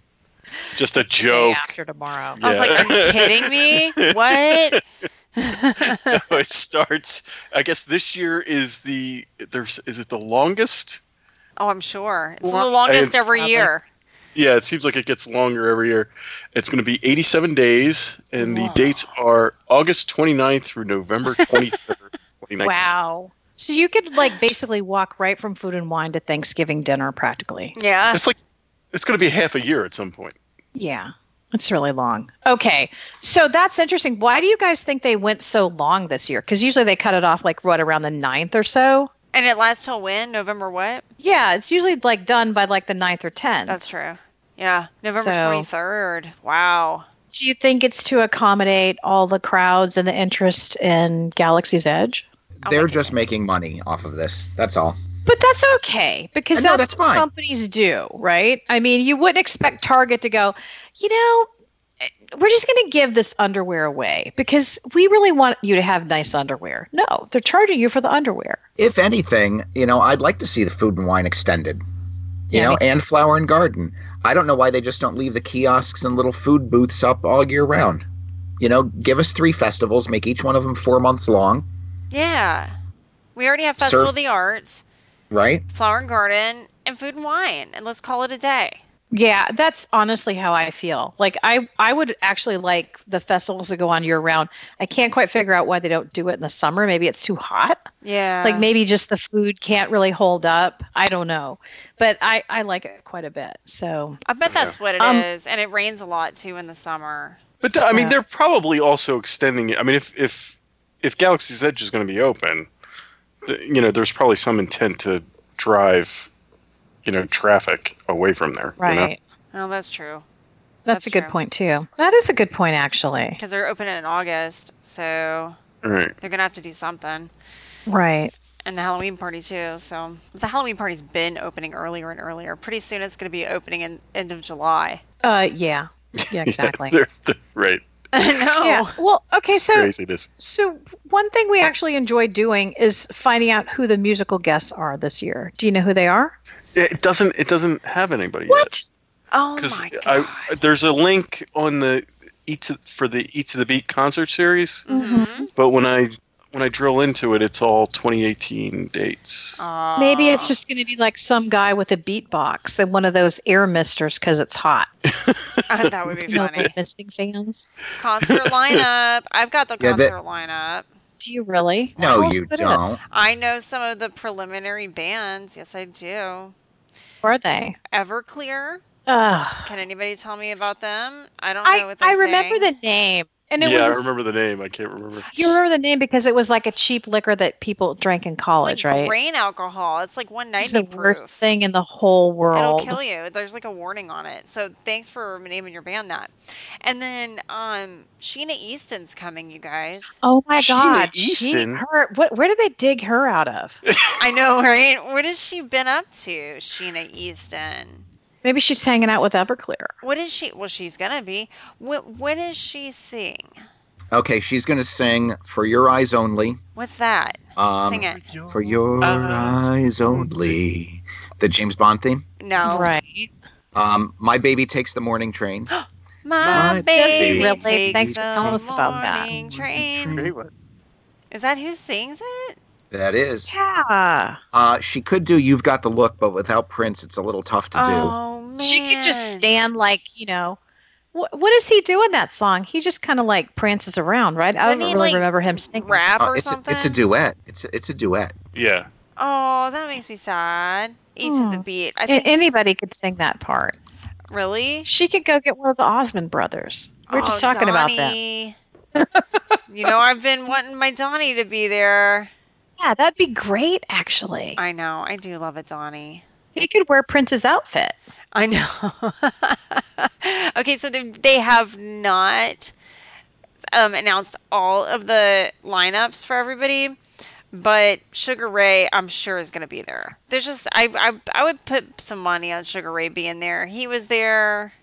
Speaker 1: It's just a
Speaker 2: Day
Speaker 1: joke.
Speaker 2: after tomorrow.
Speaker 5: I was like,
Speaker 1: Yeah.
Speaker 5: are you kidding me? What?
Speaker 1: <laughs> no, it starts. I guess this year is the there's is it the longest?
Speaker 5: Oh, I'm sure. It's
Speaker 1: Well,
Speaker 5: the longest
Speaker 1: it's
Speaker 5: every
Speaker 2: probably-
Speaker 5: year.
Speaker 1: Yeah, it seems like it gets longer every year. It's going to be 87 days, and
Speaker 5: Wow.
Speaker 1: the dates are August 29th through November 23rd. 2019.
Speaker 2: Wow. So you could like basically walk right from food and wine to Thanksgiving dinner practically.
Speaker 5: Yeah.
Speaker 1: It's like it's going to be half a year at some point.
Speaker 2: Yeah. It's really long. Okay. So that's interesting. Why do you guys think they went so long this year? Because usually they cut it off like right around the 9th or so.
Speaker 5: And it lasts till when? November what?
Speaker 2: Yeah, it's usually like done by like the 9th or 10th.
Speaker 5: That's true. Yeah. November
Speaker 2: So-
Speaker 5: 23rd. Wow.
Speaker 2: do you think it's to accommodate all the crowds and the interest in Galaxy's Edge?
Speaker 3: They're just making money off of this. That's all.
Speaker 2: But that's okay because
Speaker 3: I know,
Speaker 2: that's,
Speaker 3: that's
Speaker 2: what
Speaker 3: fine.
Speaker 2: companies do, right? I mean, you wouldn't expect Target to go, you know, eh, we're just going to give this underwear away because we really want you to have nice underwear. No, they're charging you for the underwear.
Speaker 3: If anything, you know, I'd like to see the food and wine extended. You
Speaker 2: Yeah,
Speaker 3: know,
Speaker 2: me
Speaker 3: and flower and garden. I don't know why they just don't leave the kiosks and little food booths up all year round. You know, give us three festivals, make each one of them four months long,
Speaker 5: Yeah. We already have Festival
Speaker 3: Sir-
Speaker 5: of the Arts,
Speaker 3: right?
Speaker 5: Flower and Garden, and Food and Wine. And let's call it a day.
Speaker 2: Yeah, that's honestly how I feel. Like I I would actually like the festivals that go on year round. I can't quite figure out why they don't do it in the summer. Maybe it's too hot.
Speaker 5: Yeah.
Speaker 3: Uh.
Speaker 2: like maybe just the food can't really hold up. I don't know. But I I like it quite a bit. So
Speaker 5: I bet that's what it is,
Speaker 2: Um,
Speaker 5: And it rains a lot too in the summer.
Speaker 1: But th- I mean,
Speaker 2: So-
Speaker 1: they're probably also extending it. I mean, if if if Galaxy's Edge is going to be open, th- you know, there's probably some intent to drive, you know, traffic away from there. you know?
Speaker 2: right.
Speaker 5: Oh, that's true.
Speaker 2: That's,
Speaker 5: That's
Speaker 2: a good
Speaker 5: true.
Speaker 2: point too. That is a good point actually.
Speaker 5: Because they're open in August. So
Speaker 1: All right. <laughs>
Speaker 5: they're going to have to do something.
Speaker 2: Right.
Speaker 5: and the Halloween party too. So the Halloween party's been opening earlier and earlier. Pretty soon it's going to be opening in end of July. <laughs>
Speaker 2: Uh yeah. Yeah,
Speaker 1: Yeah,
Speaker 2: exactly.
Speaker 1: they're- they're- right.
Speaker 5: no.
Speaker 2: yeah.
Speaker 5: Oh.
Speaker 2: Well, okay,
Speaker 1: It's
Speaker 2: so
Speaker 1: craziness.
Speaker 2: so one thing we actually enjoy doing is finding out who the musical guests are this year. Do you know who they are?
Speaker 1: Yeah, It doesn't. It doesn't have anybody
Speaker 2: What?
Speaker 1: yet.
Speaker 5: Oh
Speaker 1: Because
Speaker 5: my god.
Speaker 1: I there's a link on the each of, for the each of the beat concert series,
Speaker 2: Mm-hmm.
Speaker 5: Mhm.
Speaker 1: but when I when I drill into it, it's all 2018 dates.
Speaker 2: Oh,
Speaker 5: Aw.
Speaker 2: Maybe it's just going to be like some guy with a beatbox and one of those air misters because it's hot.
Speaker 5: that would be
Speaker 2: You know, <laughs>
Speaker 5: funny.
Speaker 2: like misting fans.
Speaker 5: concert lineup. I've got the
Speaker 3: Yeah,
Speaker 5: concert
Speaker 3: that-
Speaker 5: lineup.
Speaker 2: Do you really?
Speaker 3: No,
Speaker 2: How else
Speaker 3: you
Speaker 2: would it?
Speaker 3: don't.
Speaker 5: I know some of the preliminary bands. Yes, I do.
Speaker 2: Who are they?
Speaker 5: Everclear.
Speaker 2: Ugh.
Speaker 5: Can anybody tell me about them? I don't know
Speaker 2: I,
Speaker 5: what they
Speaker 2: I remember
Speaker 5: sang.
Speaker 2: the name. And it
Speaker 1: yeah,
Speaker 2: was
Speaker 1: I
Speaker 2: a-
Speaker 1: remember the name. I can't remember.
Speaker 2: you remember the name because it was like a cheap liquor that people drank in college,
Speaker 5: it's like
Speaker 2: right?
Speaker 5: grain alcohol. It's like 190
Speaker 2: It's the
Speaker 5: proof.
Speaker 2: worst thing in the whole
Speaker 5: It'll
Speaker 2: world.
Speaker 5: kill you. There's like a warning on it. So thanks for naming your band that. And then um Sheena Easton's coming, you guys.
Speaker 2: Oh my
Speaker 1: Sheena
Speaker 2: God!
Speaker 1: Easton?
Speaker 2: She, her, what, where did they dig her
Speaker 5: <laughs>
Speaker 2: out of?
Speaker 5: I know, right? What has she been up to, Sheena Easton?
Speaker 2: Maybe she's hanging out with Everclear.
Speaker 5: What is she? Well, she's gonna be. What What is she seeing?
Speaker 3: Okay, she's going to sing For Your Eyes Only.
Speaker 5: What's that?
Speaker 3: Um,
Speaker 5: Sing it.
Speaker 3: For Your
Speaker 2: Uh,
Speaker 1: Eyes
Speaker 3: Eyes Only. The James Bond theme.
Speaker 5: No,
Speaker 2: Right.
Speaker 3: Um, My Baby Takes the
Speaker 5: <gasps>
Speaker 3: Morning Train.
Speaker 5: My,
Speaker 3: My
Speaker 5: baby
Speaker 3: baby
Speaker 2: really?
Speaker 5: takes
Speaker 2: Thanks for
Speaker 5: the
Speaker 2: telling us about that.
Speaker 5: morning train.
Speaker 1: Great one.
Speaker 5: Is that who sings it?
Speaker 3: That is.
Speaker 2: Yeah.
Speaker 3: Uh, she could do You've Got the Look, but without Prince, it's a little tough to
Speaker 5: Oh man,
Speaker 2: She could just stand like you know. What, what does he do in that song? He just kind of like prances around, right? I
Speaker 5: Doesn't
Speaker 2: don't
Speaker 5: he,
Speaker 2: really
Speaker 5: like,
Speaker 2: remember him singing.
Speaker 5: rap
Speaker 3: do. Uh,
Speaker 5: or
Speaker 3: it's, a,
Speaker 5: something.
Speaker 3: it's a duet. It's a, it's a duet.
Speaker 1: Yeah.
Speaker 5: Oh, that makes me sad. Each of the
Speaker 2: Hmm.
Speaker 5: beat. I
Speaker 2: A-
Speaker 5: think
Speaker 2: Anybody could sing that part.
Speaker 5: really.
Speaker 2: She could go get one of the Osmond brothers. We We're just
Speaker 5: Oh,
Speaker 2: talking about that.
Speaker 5: Donnie. you know, I've been wanting my Donnie to be there.
Speaker 2: Yeah, that'd be great, actually.
Speaker 5: I know. I do love a Donnie.
Speaker 2: He could wear Prince's outfit.
Speaker 5: I know. <laughs> okay, so they they have not um, announced all of the lineups for everybody, but Sugar Ray, I'm sure, is going to be there. There's just I, I I would put some money on Sugar Ray being there. He was there.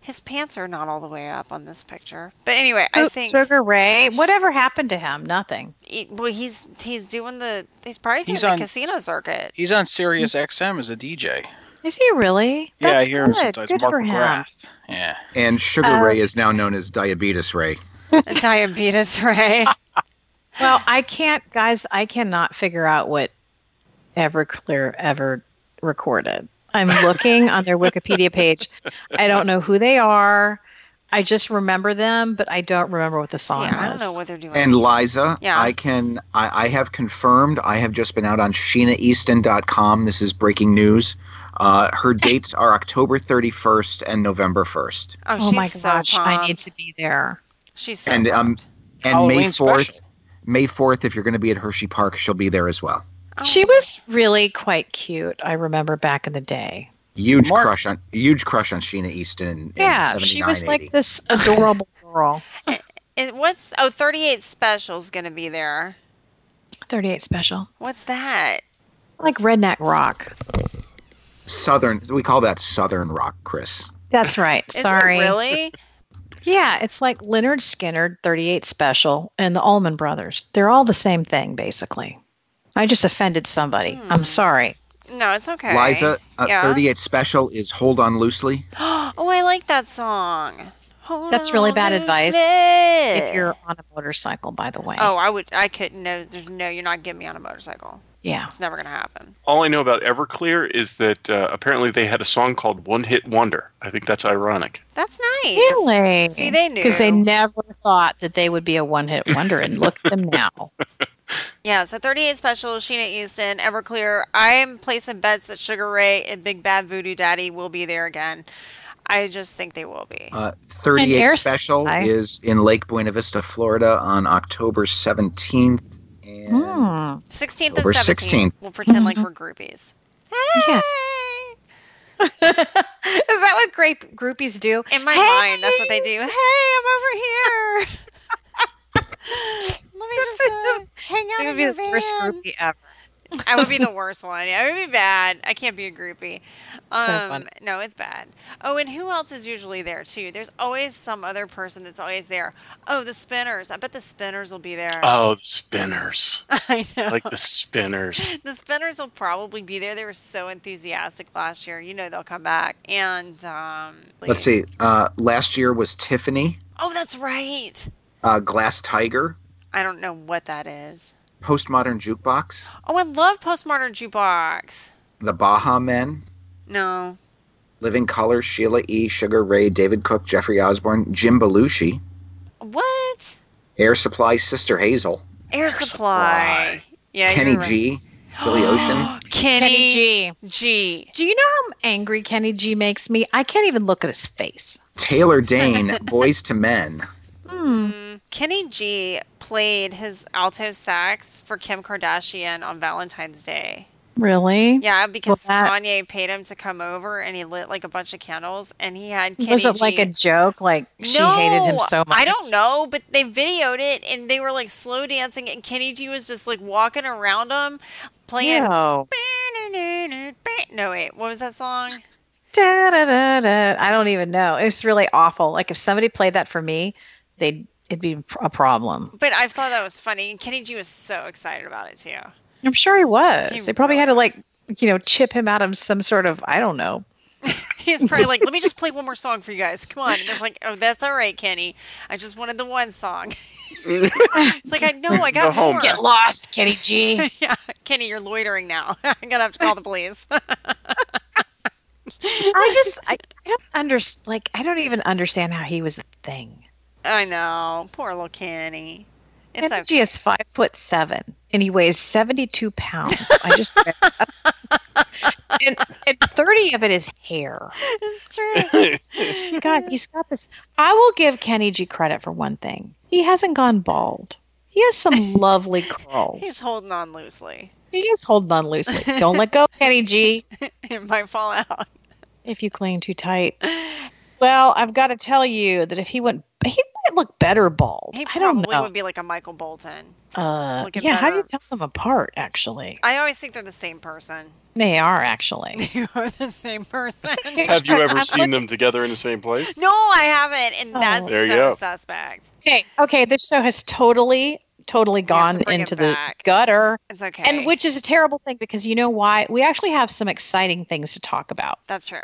Speaker 5: His pants are not all the way up on this picture, but anyway, I
Speaker 2: Su-
Speaker 5: think
Speaker 2: Sugar Ray. Whatever happened to him? Nothing.
Speaker 5: he- well he's he's doing the he's probably doing
Speaker 4: He's
Speaker 5: the
Speaker 4: on-
Speaker 5: casino circuit.
Speaker 4: He's on Sirius XM as a DJ.
Speaker 2: Is he really?
Speaker 4: Yeah,
Speaker 2: That's
Speaker 4: I hear him
Speaker 2: good.
Speaker 4: sometimes.
Speaker 2: Good
Speaker 4: Mark
Speaker 2: for him.
Speaker 4: McGrath. Yeah.
Speaker 3: And Sugar
Speaker 2: Uh,
Speaker 3: Ray is now known as Diabetes Ray.
Speaker 5: Diabetes <laughs> Ray.
Speaker 2: Well, I can't, guys. I cannot figure out what Everclear ever recorded. I'm looking on their Wikipedia page. I don't know who they are. I just remember them, but I don't remember what the
Speaker 5: See,
Speaker 2: song
Speaker 5: I don't
Speaker 2: was.
Speaker 5: know what they're doing.
Speaker 3: And Liza,
Speaker 5: Yeah.
Speaker 3: I can I, I have confirmed, I have just been out on SheenaEaston.com. This is breaking news. Uh, her dates are October 31st and November 1st.
Speaker 5: oh,
Speaker 2: Oh
Speaker 5: she's
Speaker 2: my
Speaker 5: so
Speaker 2: gosh! I need
Speaker 5: pumped.
Speaker 2: to be there.
Speaker 5: She's so
Speaker 3: And, um,
Speaker 5: pumped.
Speaker 3: And May
Speaker 4: Halloween
Speaker 3: 4th,
Speaker 4: special.
Speaker 3: May 4th, if you're going to be at Hershey Park, she'll be there as well.
Speaker 5: Oh.
Speaker 2: She was really quite cute. I remember back in the day.
Speaker 3: Huge
Speaker 4: Mark-
Speaker 3: crush on huge crush on Sheena Easton in, in
Speaker 2: Yeah,
Speaker 3: 79,
Speaker 2: she was
Speaker 3: 80.
Speaker 2: like this adorable girl.
Speaker 5: And what's oh 38 specials gonna be there?
Speaker 2: Thirty-eight special,
Speaker 5: What's that?
Speaker 2: like redneck rock.
Speaker 3: Southern. We call that Southern rock, Chris.
Speaker 2: That's right.
Speaker 5: Is it
Speaker 2: Sorry.
Speaker 5: really?
Speaker 2: Yeah, it's like Leonard Skinner 38 Special and the Allman Brothers. They're all the same thing, basically. I just offended somebody. I'm sorry.
Speaker 5: No, it's okay.
Speaker 3: Liza, uh,
Speaker 5: Yeah.
Speaker 3: 38 special is Hold On Loosely.
Speaker 5: <gasps> oh, I like that song. Hold
Speaker 2: That's really
Speaker 5: on
Speaker 2: bad advice
Speaker 5: loosely.
Speaker 2: If you're on a motorcycle, by the way.
Speaker 5: Oh, I would. I couldn't. No, there's no. You're not getting me on a motorcycle.
Speaker 2: yeah.
Speaker 5: It's never gonna happen.
Speaker 1: All I know about Everclear is that uh, apparently they had a song called One Hit Wonder. I think that's ironic.
Speaker 5: That's nice.
Speaker 2: Really?
Speaker 5: See, they knew.
Speaker 2: Because they never thought that they would be a one hit wonder, and look at them <laughs> now.
Speaker 5: Yeah, so 38 Special, Sheena Easton, Everclear. I am placing bets that Sugar Ray and Big Bad Voodoo Daddy will be there again. I just think they will be.
Speaker 3: Uh, 38
Speaker 2: Air
Speaker 3: special
Speaker 2: Supply.
Speaker 3: is in Lake Buena Vista, Florida, on October 17th. And
Speaker 2: Hmm.
Speaker 5: 16th and
Speaker 3: October
Speaker 5: 17th.
Speaker 3: 16th.
Speaker 5: We'll pretend like we're groupies.
Speaker 2: Mm-hmm. Yeah.
Speaker 5: Hey!
Speaker 2: <laughs> Is that what grape groupies do?
Speaker 5: In my
Speaker 2: Hey!
Speaker 5: mind, that's what they do. Hey, I'm over here. <laughs> Let me just uh, hang out
Speaker 2: They would
Speaker 5: in
Speaker 2: be
Speaker 5: your
Speaker 2: the first
Speaker 5: van.
Speaker 2: groupie ever.
Speaker 5: I would be the worst one. Yeah, it would be bad. I can't be a groupie. Um,
Speaker 2: funny.
Speaker 5: no, it's bad. Oh, and who else is usually there too? There's always some other person that's always there. Oh, the spinners. I bet the spinners will be there.
Speaker 1: Oh, the <laughs> spinners.
Speaker 5: <laughs> I know.
Speaker 1: Like the spinners.
Speaker 5: <laughs> the spinners will probably be there. They were so enthusiastic last year. You know they'll come back. And um,
Speaker 3: Let's see. Uh, last year was Tiffany,
Speaker 5: Oh, that's right.
Speaker 3: uh, Glass Tiger,
Speaker 5: I don't know what that is.
Speaker 3: Postmodern Jukebox,
Speaker 5: Oh, I love postmodern jukebox.
Speaker 3: The Baja Men,
Speaker 5: No,
Speaker 3: Living Color, Sheila E., Sugar Ray, David Cook, Jeffrey Osborne, Jim Belushi,
Speaker 5: what?
Speaker 3: Air Supply, Sister Hazel,
Speaker 5: Air, supply.
Speaker 1: Supply.
Speaker 5: Yeah,
Speaker 3: Kenny
Speaker 5: you're right.
Speaker 3: G.,
Speaker 5: <gasps>
Speaker 3: Billy Ocean.
Speaker 5: Kenny,
Speaker 2: Kenny
Speaker 5: G.
Speaker 2: G. Do you know how angry Kenny G makes me? I can't even look at his face. <laughs>
Speaker 3: Taylor Dane, Boys to Men.
Speaker 2: Hmm.
Speaker 5: Mm, Kenny G played his alto sax for Kim Kardashian on Valentine's Day.
Speaker 2: Really?
Speaker 5: Yeah, because
Speaker 2: that-
Speaker 5: Kanye paid him to come over and he lit like a bunch of candles and he had Kenny
Speaker 2: was it
Speaker 5: G.
Speaker 2: like a joke? Like she hated him
Speaker 5: No,
Speaker 2: so much.
Speaker 5: I don't know, but they videoed it and they were like slow dancing and Kenny G was just like walking around him playing
Speaker 2: No.
Speaker 5: <laughs> No wait, what was that song?
Speaker 2: Da, da, da, da. I don't even know. It's really awful. Like if somebody played that for me, they'd it'd be a problem.
Speaker 5: But I thought that was funny and Kenny G was so excited about it too.
Speaker 2: I'm sure he was.
Speaker 5: He
Speaker 2: they probably had to
Speaker 5: really
Speaker 2: like you know chip him out of some sort of I don't know.
Speaker 5: He's probably like, let me just play one more song for you guys. Come on. And they're like, oh, that's all right, Kenny. I just wanted the one song. <laughs> it's like, I know, I got
Speaker 1: Go home.
Speaker 5: more.
Speaker 2: Get lost, Kenny
Speaker 5: <laughs>
Speaker 2: G.
Speaker 5: yeah, Kenny, you're loitering now. <laughs> I'm gonna have to call the police. <laughs>
Speaker 2: I just I, I don't understand. Like I don't even understand how he was a thing.
Speaker 5: I know, poor little Kenny. It's
Speaker 2: Kenny
Speaker 5: okay.
Speaker 2: G is five foot seven and he weighs seventy two pounds. I just
Speaker 5: <laughs>
Speaker 2: and, and thirty of it is hair.
Speaker 5: It's true.
Speaker 1: That's <laughs>
Speaker 2: God, he's got this. I will give Kenny G credit for one thing. He hasn't gone bald. He
Speaker 5: <laughs>
Speaker 2: has some lovely curls.
Speaker 5: He's holding on loosely. <laughs>
Speaker 2: he is holding on loosely. Don't let go, Kenny G,
Speaker 5: It might fall out.
Speaker 2: if you cling too tight. Well, I've got to tell you that if he went, he might look better bald.
Speaker 5: He
Speaker 2: I don't
Speaker 5: probably
Speaker 2: know.
Speaker 5: would be like a Michael Bolton.
Speaker 2: uh,
Speaker 5: looking
Speaker 2: yeah, how do you
Speaker 5: better.
Speaker 2: tell them apart, actually?
Speaker 5: I always think they're the same person. <laughs>
Speaker 2: They are, actually.
Speaker 5: You are the same
Speaker 2: <laughs>
Speaker 5: person.
Speaker 1: Have you ever
Speaker 2: I'm
Speaker 1: seen them together in the same place?
Speaker 2: Oh.
Speaker 5: no, I haven't, and that's
Speaker 1: There you
Speaker 5: so
Speaker 1: go.
Speaker 5: suspect.
Speaker 2: Okay, okay, this show has totally totally gone
Speaker 5: bring it
Speaker 2: into the
Speaker 5: back.
Speaker 2: gutter.
Speaker 5: It's okay.
Speaker 2: And which is a terrible thing because you know why? We actually have some exciting things to talk about.
Speaker 5: That's true.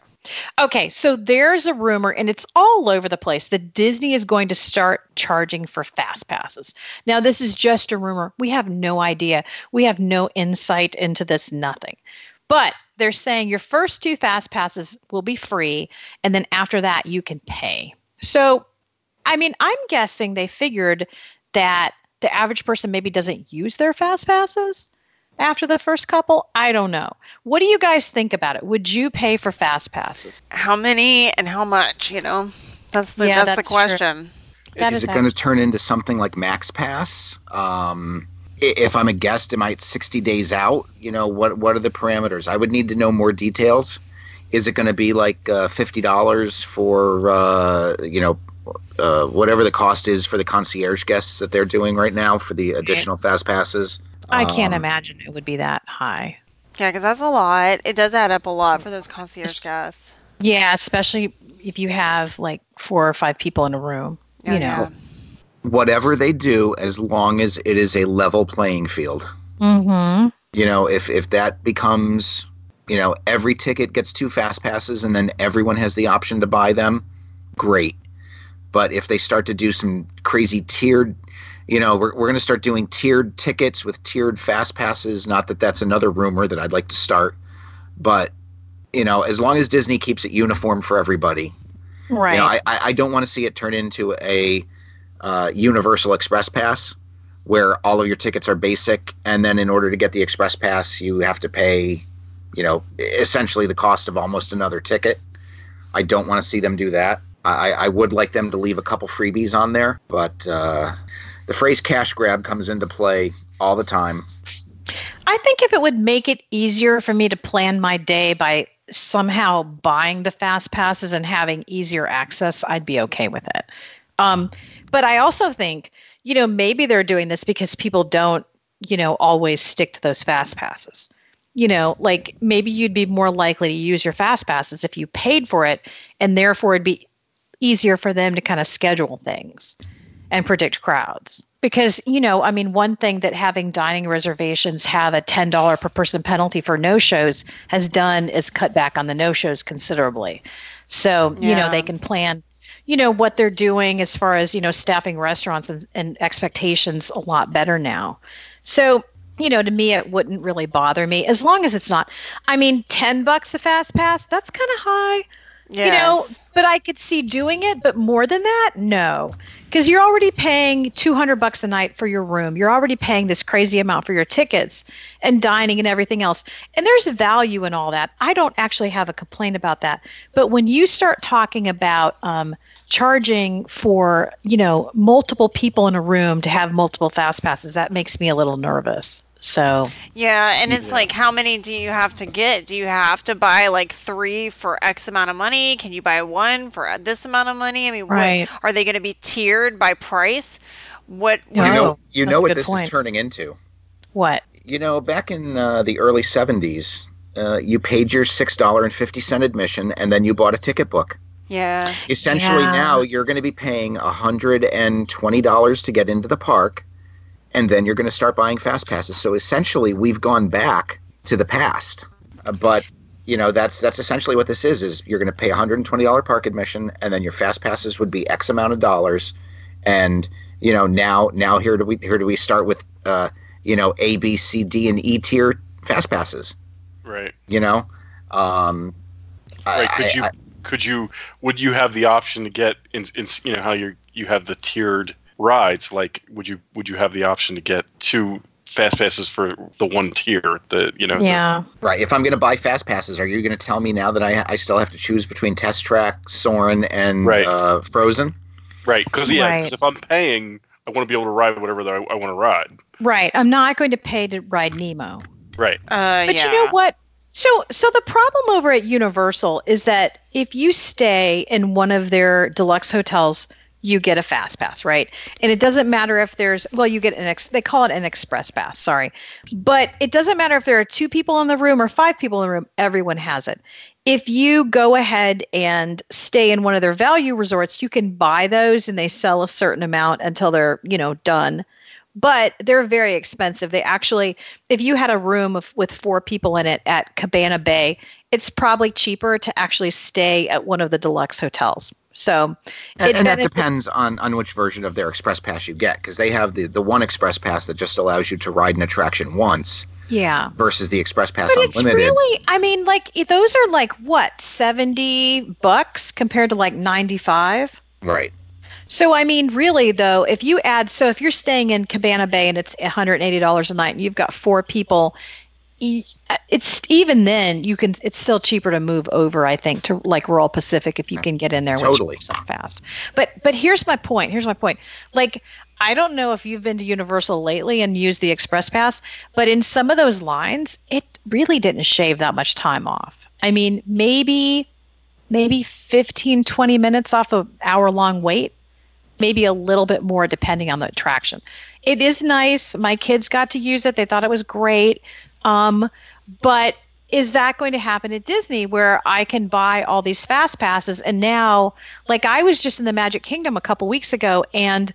Speaker 2: Okay, so there's a rumor, and it's all over the place, that Disney is going to start charging for fast passes. Now, this is just a rumor. We have no idea. We have no insight into this, nothing. But they're saying your first two fast passes will be free, and then after that, you can pay. So, I mean, I'm guessing they figured that the average person maybe doesn't use their fast passes after the first couple. I don't know. What do you guys think about it? Would you pay for fast passes?
Speaker 5: How many and how much? You know, that's the
Speaker 2: Yeah,
Speaker 5: that's,
Speaker 2: that's
Speaker 5: the
Speaker 2: true.
Speaker 5: question.
Speaker 2: <laughs> That
Speaker 3: Is
Speaker 2: is
Speaker 3: it going to turn into something like Max Pass? Um, i- if I'm a guest, am I 60 days out? You know, what what are the parameters? I would need to know more details. Is it going to be like uh, $50 for, uh, you know, uh, whatever the cost is for the concierge guests that they're doing right now for the additional fast passes?
Speaker 2: I can't
Speaker 3: Um,
Speaker 2: imagine it would be that high.
Speaker 5: Yeah, because that's a lot. It does add up a lot for those concierge
Speaker 2: It's-
Speaker 5: guests.
Speaker 2: Yeah, especially if you have like four or five people in a room.
Speaker 5: Yeah,
Speaker 2: you
Speaker 5: Oh, yeah.
Speaker 2: know.
Speaker 3: Whatever they do, as long as it is a level playing field.
Speaker 2: Mm-hmm.
Speaker 3: you know if if that becomes you know every ticket gets two fast passes and then everyone has the option to buy them great but if they start to do some crazy tiered you know we're, we're going to start doing tiered tickets with tiered fast passes not that that's another rumor that i'd like to start but you know as long as disney keeps it uniform for everybody
Speaker 2: Right.
Speaker 3: you know, I, I I don't want to see it turn into a uh, Universal Express Pass where all of your tickets are basic, and then in order to get the Express Pass, you have to pay, you know, essentially the cost of almost another ticket. I don't want to see them do that. I, I I would like them to leave a couple freebies on there, but uh, the phrase cash grab comes into play all the time.
Speaker 2: I think if it would make it easier for me to plan my day by somehow buying the fast passes and having easier access, I'd be okay with it. Um, but I also think, you know, maybe they're doing this because people don't, you know, always stick to those fast passes. You know, like maybe you'd be more likely to use your fast passes if you paid for it, and therefore it'd be easier for them to kind of schedule things and predict crowds. Because, you know, I mean, one thing that having dining reservations have a $10 per person penalty for no shows has done is cut back on the no shows considerably. So, you know,
Speaker 5: Yeah.
Speaker 2: they can plan, you know, what they're doing as far as, you know, staffing restaurants and, and expectations a lot better now. So, you know, to me, it wouldn't really bother me as long as it's not. I mean, 10 bucks a fast pass, that's kind of high
Speaker 5: Yes.
Speaker 2: you know but i could see doing it but more than that no because you're already paying 200 bucks a night for your room you're already paying this crazy amount for your tickets and dining and everything else and there's value in all that i don't actually have a complaint about that but when you start talking about um, charging for you know multiple people in a room to have multiple fast passes that makes me a little nervous so
Speaker 5: Yeah, and it's like how many do you have to get? Do you have to buy like 3 for X amount of money? Can you buy one for uh, this amount of money? I mean, what-
Speaker 2: Right.
Speaker 5: are they going to be tiered by price? What,
Speaker 2: Yeah.
Speaker 5: what
Speaker 3: you
Speaker 2: Oh,
Speaker 3: know, you
Speaker 2: that's a
Speaker 3: know what
Speaker 2: good
Speaker 3: this
Speaker 2: point.
Speaker 3: is turning into.
Speaker 2: what
Speaker 3: You know, back in uh, the early '70s, uh, you paid your six dollar and fifty cent admission, and then you bought a ticket book.
Speaker 5: Yeah.
Speaker 3: essentially
Speaker 2: Yeah.
Speaker 3: now you're going to be paying $120 to get into the park and then you're going to start buying fast passes so essentially we've gone back to the past Uh, but you know that's that's essentially what this is is you're going to pay $120 park admission and then your fast passes would be x amount of dollars and you know now now here do we here do we start with uh you know a b c d and e tier fast passes
Speaker 1: Right.
Speaker 3: you know um I-
Speaker 1: Right. Could
Speaker 3: I-
Speaker 1: you? could you? Would you have the option to get in? in you know how you you have the tiered rides. Like, would you? Would you have the option to get two fast passes for the one tier? The you know. the-
Speaker 2: yeah
Speaker 3: Right. If I'm going to buy fast passes, are you going to tell me now that I, I still have to choose between Test Track, Soren, and
Speaker 1: Right.
Speaker 3: uh, Frozen?
Speaker 1: right. Because yeah.
Speaker 2: Right.
Speaker 1: Because if I'm paying, I want to be able to ride whatever that I, I want to ride.
Speaker 2: right i'm not going to pay to ride nemo
Speaker 1: Right.
Speaker 5: Uh,
Speaker 2: But
Speaker 5: yeah.
Speaker 2: you know what? So so the problem over at Universal is that if you stay in one of their deluxe hotels, you get a fast pass, right? And it doesn't matter if there's well, you get an ex, they call it an express pass, sorry. But it doesn't matter if there are two people in the room or five people in the room, everyone has it. If you go ahead and stay in one of their value resorts, you can buy those and they sell a certain amount until they're, you know, done but they're very expensive. They actually, if you had a room of, with four people in it at Cabana Bay, it's probably cheaper to actually stay at one of the deluxe hotels. So,
Speaker 3: And,
Speaker 2: it
Speaker 3: and that
Speaker 2: benefits-
Speaker 3: depends on, on which version of their express pass you get, because they have the, the one express pass that just allows you to ride an attraction once
Speaker 2: Yeah.
Speaker 3: versus the express pass
Speaker 2: But it's
Speaker 3: unlimited.
Speaker 2: really, I mean, like it- those are like what seventy bucks compared to like ninety-five.
Speaker 3: right.
Speaker 2: So I mean, really though, if you add, so if you're staying in Cabana Bay and it's one hundred and eighty dollars a night, and you've got four people, e- it's even then you can. It's still cheaper to move over, I think, to like Royal Pacific if you can get in there which
Speaker 3: Totally.
Speaker 2: moves up fast. But but here's my point. Here's my point. Like. I don't know if you've been to Universal lately and used the Express Pass, but in some of those lines, it really didn't shave that much time off. I mean, maybe maybe 15 20 minutes off of hour long wait maybe a little bit more depending on the attraction. It is nice. My kids got to use it. They thought it was great. Um, but is that going to happen at Disney where I can buy all these fast passes and now like I was just in the Magic Kingdom a couple weeks ago and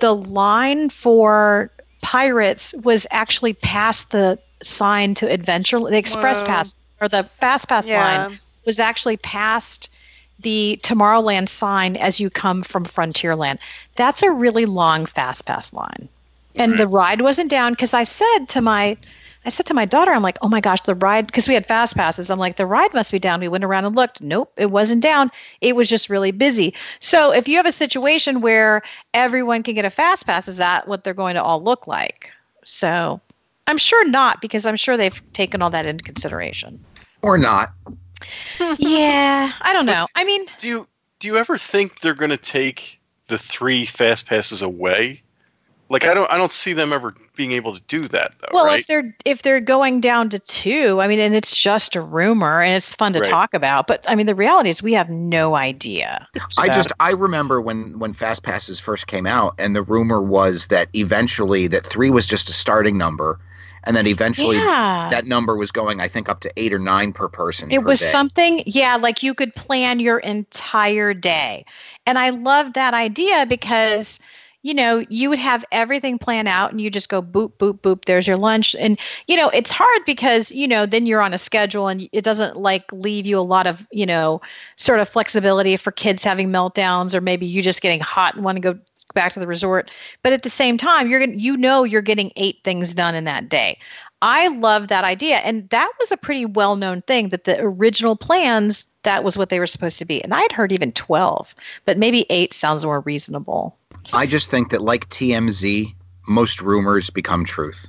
Speaker 2: the line for Pirates was actually past the sign to Adventure the Express
Speaker 5: Whoa.
Speaker 2: Pass or the Fast Pass
Speaker 5: Yeah.
Speaker 2: line was actually past the Tomorrowland sign as you come from Frontierland. That's a really long fast pass line. And the ride wasn't down because I said to my I said to my daughter, I'm like, oh my gosh, the ride because we had fast passes. I'm like, the ride must be down. We went around and looked. Nope, it wasn't down. It was just really busy. So if you have a situation where everyone can get a fast pass, is that what they're going to all look like? So I'm sure not because I'm sure they've taken all that into consideration.
Speaker 3: Or not.
Speaker 2: yeah, I don't know. I mean,
Speaker 1: Do you do you ever think they're going to take the three fast passes away? Like I don't I don't see them ever being able to do that though,
Speaker 2: well,
Speaker 1: right?
Speaker 2: if they're if they're going down to two, I mean, and it's just a rumor and it's fun to
Speaker 1: Right.
Speaker 2: talk about, but I mean, the reality is we have no idea.
Speaker 3: I
Speaker 2: So-
Speaker 3: just I remember when when fast passes first came out, and the rumor was that eventually that three was just a starting number, and then eventually
Speaker 2: yeah.
Speaker 3: that number was going I think up to eight or nine per person.
Speaker 2: It
Speaker 3: per
Speaker 2: was
Speaker 3: day.
Speaker 2: something, yeah, like you could plan your entire day. And I love that idea because, you know, you would have everything planned out and you just go boop, boop, boop, there's your lunch. And, you know, it's hard because, you know, then you're on a schedule and it doesn't like leave you a lot of, you know, sort of flexibility for kids having meltdowns or maybe you just getting hot and want to go back to the resort. But at the same time, you're gonna you know you're getting eight things done in that day. I love that idea. And that was a pretty well known thing that the original plans, that was what they were supposed to be. And I'd heard even 12, but maybe eight sounds more reasonable.
Speaker 3: I just think that like TMZ, most rumors become truth.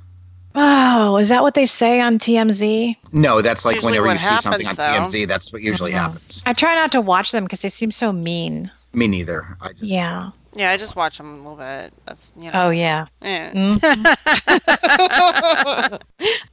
Speaker 2: Oh, is that what they say on TMZ?
Speaker 3: No, that's like
Speaker 5: Usually
Speaker 3: whenever you
Speaker 5: what
Speaker 3: see something on
Speaker 5: happens, though.
Speaker 3: TMZ, that's what usually
Speaker 2: Mhm.
Speaker 3: happens.
Speaker 2: I try not to watch them because they seem so mean.
Speaker 3: Me neither. I just,
Speaker 2: Yeah.
Speaker 5: Yeah, I just watch them a little bit. That's you know.
Speaker 2: Oh, yeah.
Speaker 5: eh.
Speaker 2: <laughs>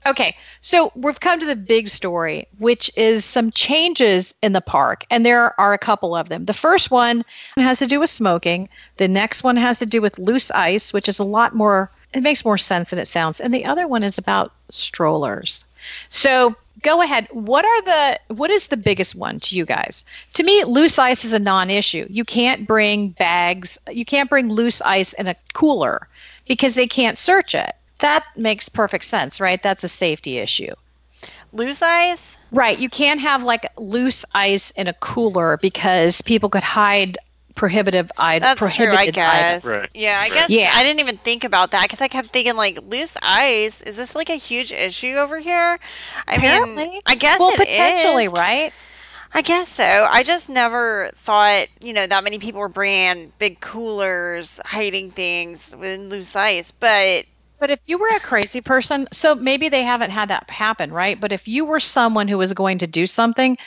Speaker 2: okay, so we've come to the big story, which is some changes in the park, and there are a couple of them. The first one has to do with smoking, the next one has to do with loose ice, which is a lot more, it makes more sense than it sounds, and the other one is about strollers. So go ahead. What are the what is the biggest one to you guys? To me, loose ice is a non-issue. You can't bring bags, you can't bring loose ice in a cooler because they can't search it. That makes perfect sense, right? That's a safety issue.
Speaker 5: Lose eyes.
Speaker 2: Right. You can't have like loose ice in a cooler because people could hide prohibitive items.
Speaker 5: That's true, I guess.
Speaker 1: Right.
Speaker 5: Yeah, I guess.
Speaker 2: Yeah.
Speaker 5: I didn't even think about that because I kept thinking like loose eyes. Is this like a huge issue over here? I mean,
Speaker 2: Apparently.
Speaker 5: I guess
Speaker 2: Well,
Speaker 5: it
Speaker 2: potentially,
Speaker 5: is.
Speaker 2: right?
Speaker 5: I guess so. I just never thought, you know, that many people were bringing big coolers, hiding things within loose ice. But
Speaker 2: But if you were a crazy person, so maybe they haven't had that happen, right? But if you were someone who was going to do something,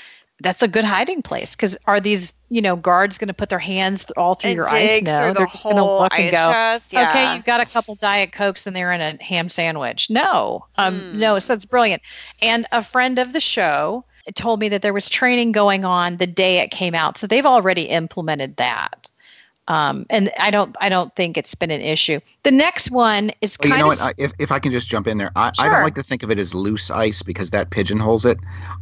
Speaker 2: that's a good hiding place because are these, you know, guards going to put their hands th- all through
Speaker 5: and
Speaker 2: your ice?
Speaker 5: dig
Speaker 2: No,
Speaker 5: through
Speaker 2: they're
Speaker 5: the
Speaker 2: just going to
Speaker 5: whole
Speaker 2: look and
Speaker 5: ice
Speaker 2: go.
Speaker 5: chest. Yeah.
Speaker 2: Okay, you've got a couple Diet Cokes in there and a ham sandwich. No, um,
Speaker 5: Hmm.
Speaker 2: no, so it's brilliant. And a friend of the show told me that there was training going on the day it came out, so they've already implemented that. Um, and I don't I don't think it's been an issue. The next one is
Speaker 3: Well,
Speaker 2: kind
Speaker 3: you know
Speaker 2: of
Speaker 3: what? I, if, if I can just jump in there, I, I
Speaker 2: Sure.
Speaker 3: don't like to think of it as loose ice because that pigeonholes it.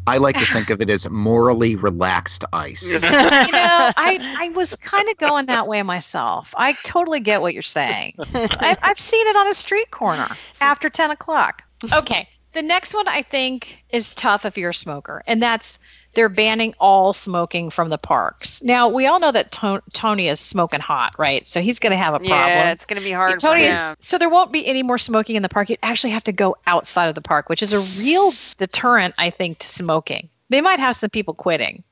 Speaker 3: I like to think of it as morally relaxed ice.
Speaker 2: you know, I, I was kind of going that way myself. I totally get what you're saying. I, I've seen it on a street corner after 10 o'clock. Okay. The next one I think is tough if you're a smoker, and that's they're banning all smoking from the parks. Now, we all know that to- Tony is smoking hot, right? So he's going to have a problem.
Speaker 5: Yeah, it's gonna be hard for
Speaker 2: Tony is-
Speaker 5: him.
Speaker 2: so there won't be any more smoking in the park. You'd actually have to go outside of the park, which is a real deterrent, I think, to smoking. They might have some people quitting.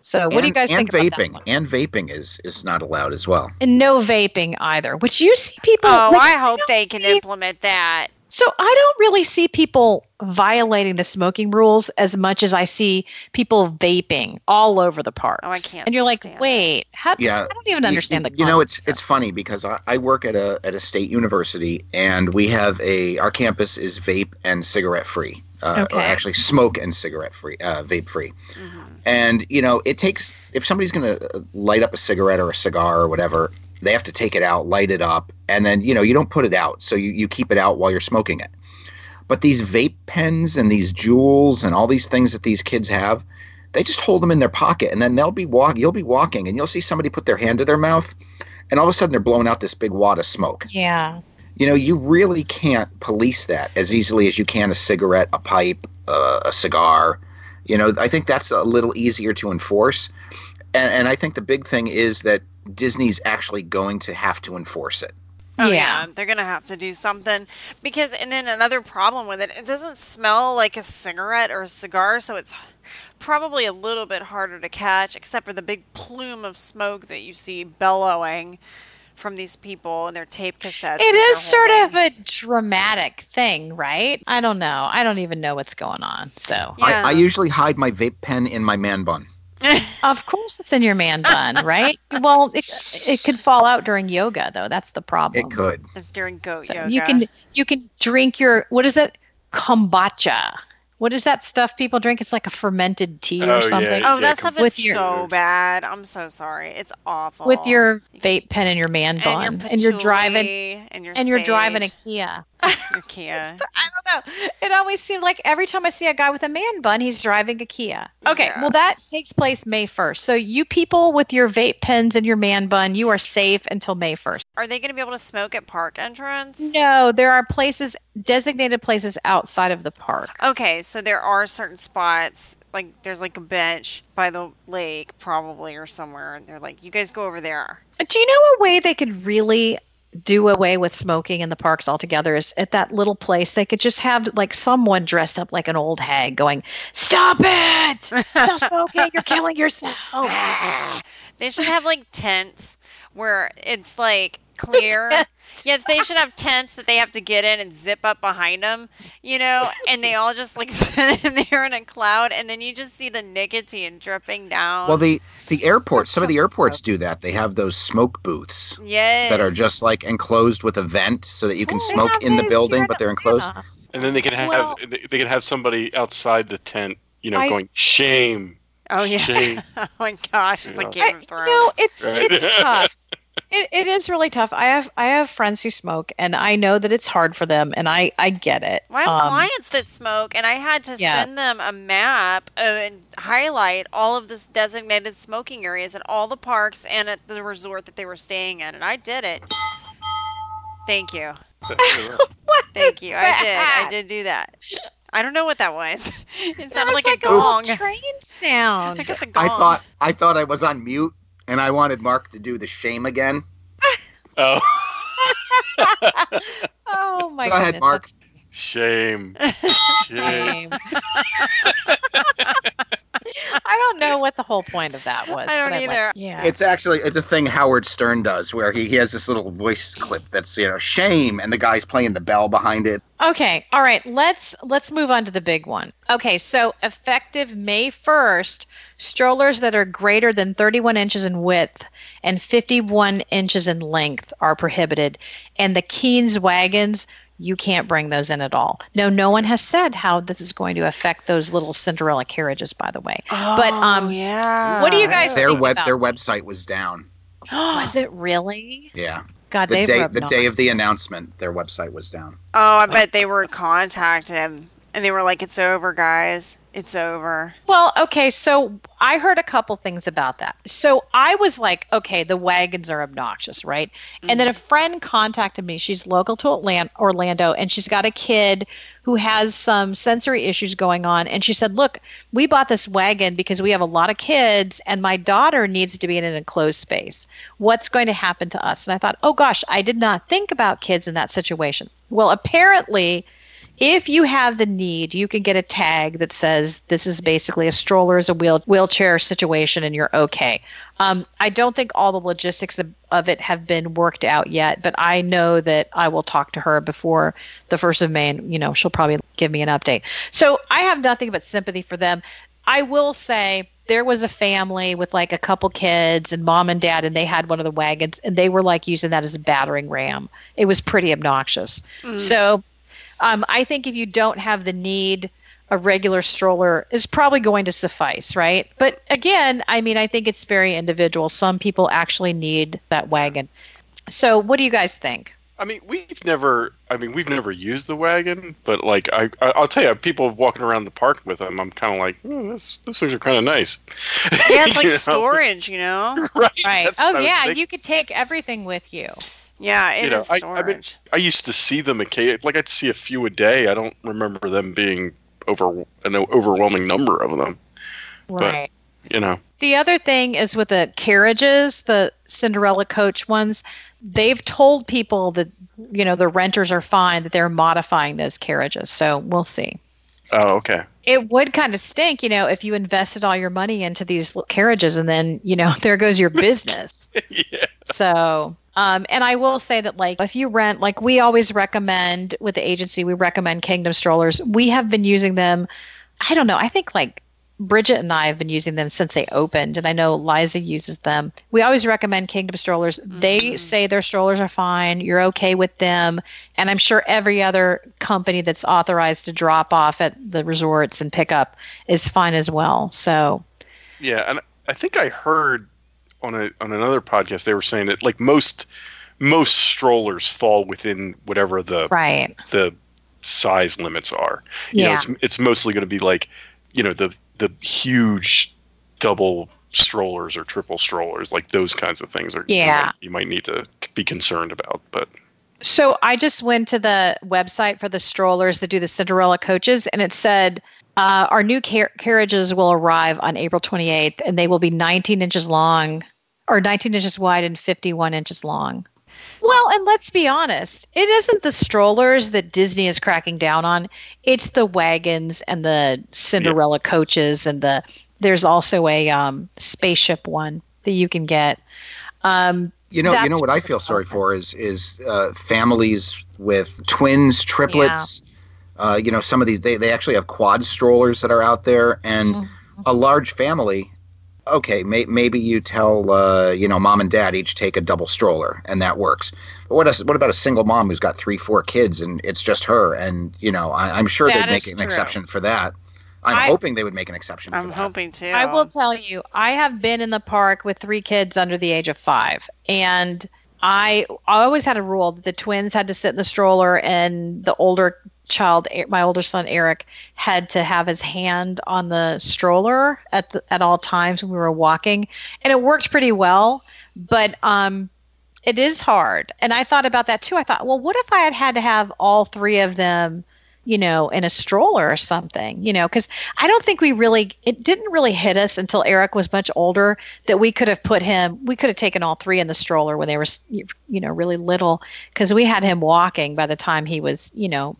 Speaker 2: So <laughs> what do you
Speaker 3: And-
Speaker 2: guys
Speaker 3: and
Speaker 2: think about that
Speaker 3: vaping?
Speaker 2: one?
Speaker 3: And vaping is is not allowed as well.
Speaker 2: And no vaping either, which you see people.
Speaker 5: Oh,
Speaker 2: like,
Speaker 5: I hope they can
Speaker 2: see-
Speaker 5: implement that.
Speaker 2: so I don't really see people violating the smoking rules as much as I see people vaping all over the park.
Speaker 5: Oh, can't
Speaker 2: And you're like,
Speaker 5: stand it.
Speaker 2: wait, how does,
Speaker 3: Yeah.
Speaker 2: I don't even
Speaker 3: You-
Speaker 2: understand the.
Speaker 3: You know, it's
Speaker 2: concept.
Speaker 3: it's funny because I, I work at a at a state university and we have a our campus is vape and cigarette free, uh, or
Speaker 2: Okay.
Speaker 3: actually smoke and cigarette free, uh, vape free.
Speaker 5: Mhm.
Speaker 3: And you know, it takes if somebody's going to light up a cigarette or a cigar or whatever, they have to take it out, light it up, and then you know you don't put it out, so you you keep it out while you're smoking it. But these vape pens and these jewels and all these things that these kids have, they just hold them in their pocket, and then they'll be walk. You'll be walking, and you'll see somebody put their hand to their mouth, and all of a sudden they're blowing out this big wad of smoke.
Speaker 2: yeah.
Speaker 3: You know, you really can't police that as easily as you can a cigarette, a pipe, uh, a cigar. You know, I think that's a little easier to enforce. And, and I think the big thing is that Disney's actually going to have to enforce it.
Speaker 5: Oh, yeah.
Speaker 2: Yeah.
Speaker 5: they're gonna have to do something because, and then another problem with it, it doesn't smell like a cigarette or a cigar, so it's probably a little bit harder to catch, except for the big plume of smoke that you see bellowing from these people and their tape cassettes.
Speaker 2: It is sort of
Speaker 5: A-
Speaker 2: a dramatic thing, right? I don't know. I don't even know what's going on. So,
Speaker 5: Yeah.
Speaker 3: I, I usually hide my vape pen in my man bun.
Speaker 2: of course, it's in your
Speaker 3: <laughs>
Speaker 2: man bun, right? Well, it, it could fall out during yoga, though. That's the problem.
Speaker 3: It could.
Speaker 5: during goat
Speaker 2: So
Speaker 5: yoga.
Speaker 2: you can you can drink your what is that kombucha? What is that stuff people drink? It's like a fermented tea
Speaker 1: Oh,
Speaker 2: or something.
Speaker 1: yeah.
Speaker 5: Oh, that stuff
Speaker 2: with
Speaker 5: is
Speaker 2: your-
Speaker 5: so bad. I'm so sorry. It's awful.
Speaker 2: With your vape pen and your man
Speaker 5: Oh. and
Speaker 2: bun,
Speaker 5: your
Speaker 2: and you're driving,
Speaker 5: patchouli and your
Speaker 2: and you're driving a
Speaker 5: sage,
Speaker 2: Kia.
Speaker 5: your
Speaker 2: <laughs>
Speaker 5: Kia.
Speaker 2: I don't know. <laughs> It always seemed like every time I see a guy with a man bun, he's driving a Kia. Okay,
Speaker 5: Yeah.
Speaker 2: well that takes place May 1st. So you people with your vape pens and your man bun, you are safe until May 1st.
Speaker 5: Are they going to be able to smoke at park entrance?
Speaker 2: No, there are places designated places outside of the park.
Speaker 5: Okay, so there are certain spots, like there's like a bench by the lake, probably or somewhere, and they're like, "You guys go over there."
Speaker 2: Uh, Do you know a way they could really do away with smoking in the parks altogether is at that little place they could just have like someone dressed up like an old hag going, Stop it! Stop smoking, you're killing yourself.
Speaker 5: They should have
Speaker 2: <laughs>
Speaker 5: like tents where it's like clear. Yes, they should have tents that they have to get in and zip up behind them, you know, and they all just like <laughs> sit in there in a cloud, and then you just see the nicotine dripping down.
Speaker 3: Well, the the airports, some of the airports do that. They have those smoke booths
Speaker 5: yes,
Speaker 3: that are just like enclosed with a vent so that you can
Speaker 2: Well, they
Speaker 3: smoke
Speaker 2: have
Speaker 3: in the
Speaker 2: these
Speaker 3: building,
Speaker 2: here
Speaker 3: but
Speaker 2: in
Speaker 3: they're enclosed.
Speaker 2: Atlanta.
Speaker 1: <laughs> And then they could have
Speaker 2: Well-
Speaker 1: they, they could have somebody outside the tent, you know,
Speaker 2: I-
Speaker 1: going shame.
Speaker 5: oh yeah,
Speaker 2: <laughs>
Speaker 1: Shame.
Speaker 5: <laughs> oh my gosh, it's like
Speaker 1: Yeah.
Speaker 5: Game
Speaker 2: I-
Speaker 5: of
Speaker 2: you
Speaker 5: Thrones.
Speaker 2: know, it's
Speaker 1: Right.
Speaker 2: it's tough. It, it is really tough. I have I have friends who smoke, and I know that it's hard for them, and I I get it.
Speaker 5: Well, I have
Speaker 2: Um,
Speaker 5: clients that smoke, and I had to
Speaker 2: Yeah.
Speaker 5: send them a map uh, and highlight all of this designated smoking areas at all the parks and at the resort that they were staying at, and I did it. Thank you, thank you. I did. I
Speaker 2: <laughs> that?
Speaker 5: did do that. I don't know what that was. <laughs> It
Speaker 2: That
Speaker 5: sounded
Speaker 2: was
Speaker 5: like,
Speaker 2: like,
Speaker 5: a
Speaker 2: a little
Speaker 5: gong.
Speaker 2: train
Speaker 5: I
Speaker 2: sound.
Speaker 5: got the gong.
Speaker 3: I thought I thought I was on mute, and I wanted Mark to do the shame again.
Speaker 1: oh,
Speaker 2: <laughs> Oh my
Speaker 3: Go ahead,
Speaker 2: goodness,
Speaker 3: Mark.
Speaker 1: shame.
Speaker 2: <laughs>
Speaker 1: Shame.
Speaker 2: game. I don't know what the whole point of that was.
Speaker 5: I don't
Speaker 2: but like-
Speaker 5: either.
Speaker 2: yeah.
Speaker 3: It's actually it's a thing Howard Stern does where he, he has this little voice clip that's you know shame and the guy's playing the bell behind it.
Speaker 2: okay. All right. Let's let's move on to the big one. Okay. So effective May first, strollers that are greater than 31 inches in width and 51 inches in length are prohibited, and the Keens wagons. You can't bring those in at all. No, no one has said how this is going to affect those little Cinderella carriages. By the way, But, um,
Speaker 5: yeah.
Speaker 2: what do you guys- <gasps>
Speaker 3: Their
Speaker 2: Oh, think
Speaker 3: web
Speaker 2: about-
Speaker 3: their website was down.
Speaker 2: Was it really?
Speaker 3: Yeah.
Speaker 2: God,
Speaker 3: The
Speaker 2: they
Speaker 3: day
Speaker 2: rubbed
Speaker 3: the
Speaker 2: on
Speaker 3: day
Speaker 2: it.
Speaker 3: of the announcement, their website was down.
Speaker 5: Oh, I bet they were contacted him and they were like, "It's over, guys. It's over."
Speaker 2: Well, okay, so I heard a couple things about that. So I was like, okay, the wagons are obnoxious, right? And then a friend contacted me. She's local to Atlant- Orlando and she's got a kid who has some sensory issues going on. And she said, look, we bought this wagon because we have a lot of kids and my daughter needs to be in an enclosed space. What's going to happen to us? And I thought, oh gosh, I did not think about kids in that situation. Well, apparently, if you have the need, you can get a tag that says this is basically a stroller is a wheel wheelchair situation, and you're okay. Um, I don't think all the logistics of, of it have been worked out yet, but I know that I will talk to her before the first of May, and you know she'll probably give me an update. So I have nothing but sympathy for them. I will say there was a family with like a couple kids and mom and dad, and they had one of the wagons, and they were like using that as a battering ram. It was pretty obnoxious.
Speaker 1: Mm.
Speaker 2: So um, I think if you don't have the need, a regular stroller is probably going to suffice, right? But again, I mean, I think it's very individual. Some people actually need that wagon. So, what do you guys think?
Speaker 1: I mean, we've never. I mean, we've never used the wagon, but like, I, I I'll tell you, people walking around the park with them, I'm kind of like, oh, this, those things are kind of nice.
Speaker 5: Yeah, it's
Speaker 1: <laughs>
Speaker 5: like
Speaker 1: You know?
Speaker 5: storage, you know?
Speaker 1: Right.
Speaker 2: <laughs> Right.
Speaker 1: that's what
Speaker 2: oh,
Speaker 1: I was
Speaker 2: yeah,
Speaker 1: thinking.
Speaker 2: you could take everything with you.
Speaker 5: Yeah,
Speaker 1: You
Speaker 5: it is
Speaker 1: know, I-
Speaker 5: storage.
Speaker 1: I've been- I used to see them occasionally. Like I'd see a few a day. I don't remember them being over an overwhelming number of them.
Speaker 2: Right.
Speaker 1: You know.
Speaker 2: The other thing is with the carriages, the Cinderella coach ones, they've told people that, you know, the renters are fine, that they're modifying those carriages. So, we'll see.
Speaker 1: Oh, okay.
Speaker 2: it would kind of stink, you know, if you invested all your money into these l- carriages and then, you know, <laughs> there goes your business.
Speaker 1: <laughs> yeah.
Speaker 2: so, um, and I will say that, like, if you rent, like, we always recommend with the agency, we recommend Kingdom Strollers. We have been using them, I don't know, I think like Bridget and I have been using them since they opened. And I know Liza uses them. We always recommend Kingdom Strollers. They
Speaker 1: Mm-hmm.
Speaker 5: Mhm.
Speaker 2: say their strollers are fine, you're okay with them and I'm sure every other company that's authorized to drop off at the resorts and pick up is fine as well. So,
Speaker 1: Yeah, and I think I heard on a on another podcast they were saying that like most most strollers fall within whatever the
Speaker 2: right.
Speaker 1: the size limits are. You know,
Speaker 2: Yeah.
Speaker 1: it's it's mostly going to be like, you know, the the huge double strollers or triple strollers, like those kinds of things are you
Speaker 2: Yeah.
Speaker 1: might- you might need to be concerned about, but
Speaker 2: So, I just went to the website for the strollers that do the Cinderella coaches, and it said uh, our new car- carriages will arrive on April 28th, and they will be 19 inches long or 19 inches wide and 51 inches long. Well, and let's be honest, it isn't the strollers that Disney is cracking down on. It's the wagons and the Cinderella coaches and the there's also a um, spaceship one that you can get. Um,
Speaker 3: You know, you
Speaker 2: That's
Speaker 3: know what I feel sorry for is is uh, families with twins, triplets. Uh, you know, some of these they, they actually have quad strollers that are out there, and
Speaker 2: Mhm.
Speaker 3: a large family. Okay, may, maybe you tell uh, you know mom and dad each take a double stroller, and that works. But what else, what about a single mom who's got three, four kids, and it's just her? And you know, I, I'm sure
Speaker 2: That
Speaker 3: they'd make
Speaker 2: is
Speaker 3: an
Speaker 2: true.
Speaker 3: exception for that. I'm
Speaker 2: I-
Speaker 3: hoping they would make an exception.
Speaker 5: I'm
Speaker 3: for that.
Speaker 5: hoping too.
Speaker 2: I will tell you, I have been in the park with three kids under the age of five, and I always had a rule that the twins had to sit in the stroller, and the older child, E- my older son Eric, had to have his hand on the stroller at the, at all times when we were walking, and it worked pretty well. But um, it is hard, and I thought about that too. I thought, well, what if I had had to have all three of them? you know, in a stroller or something, you know, because I don't think we really, it didn't really hit us until Eric was much older that we could have put him, we could have taken all three in the stroller when they were, you know, really little, because we had him walking by the time he was, you know,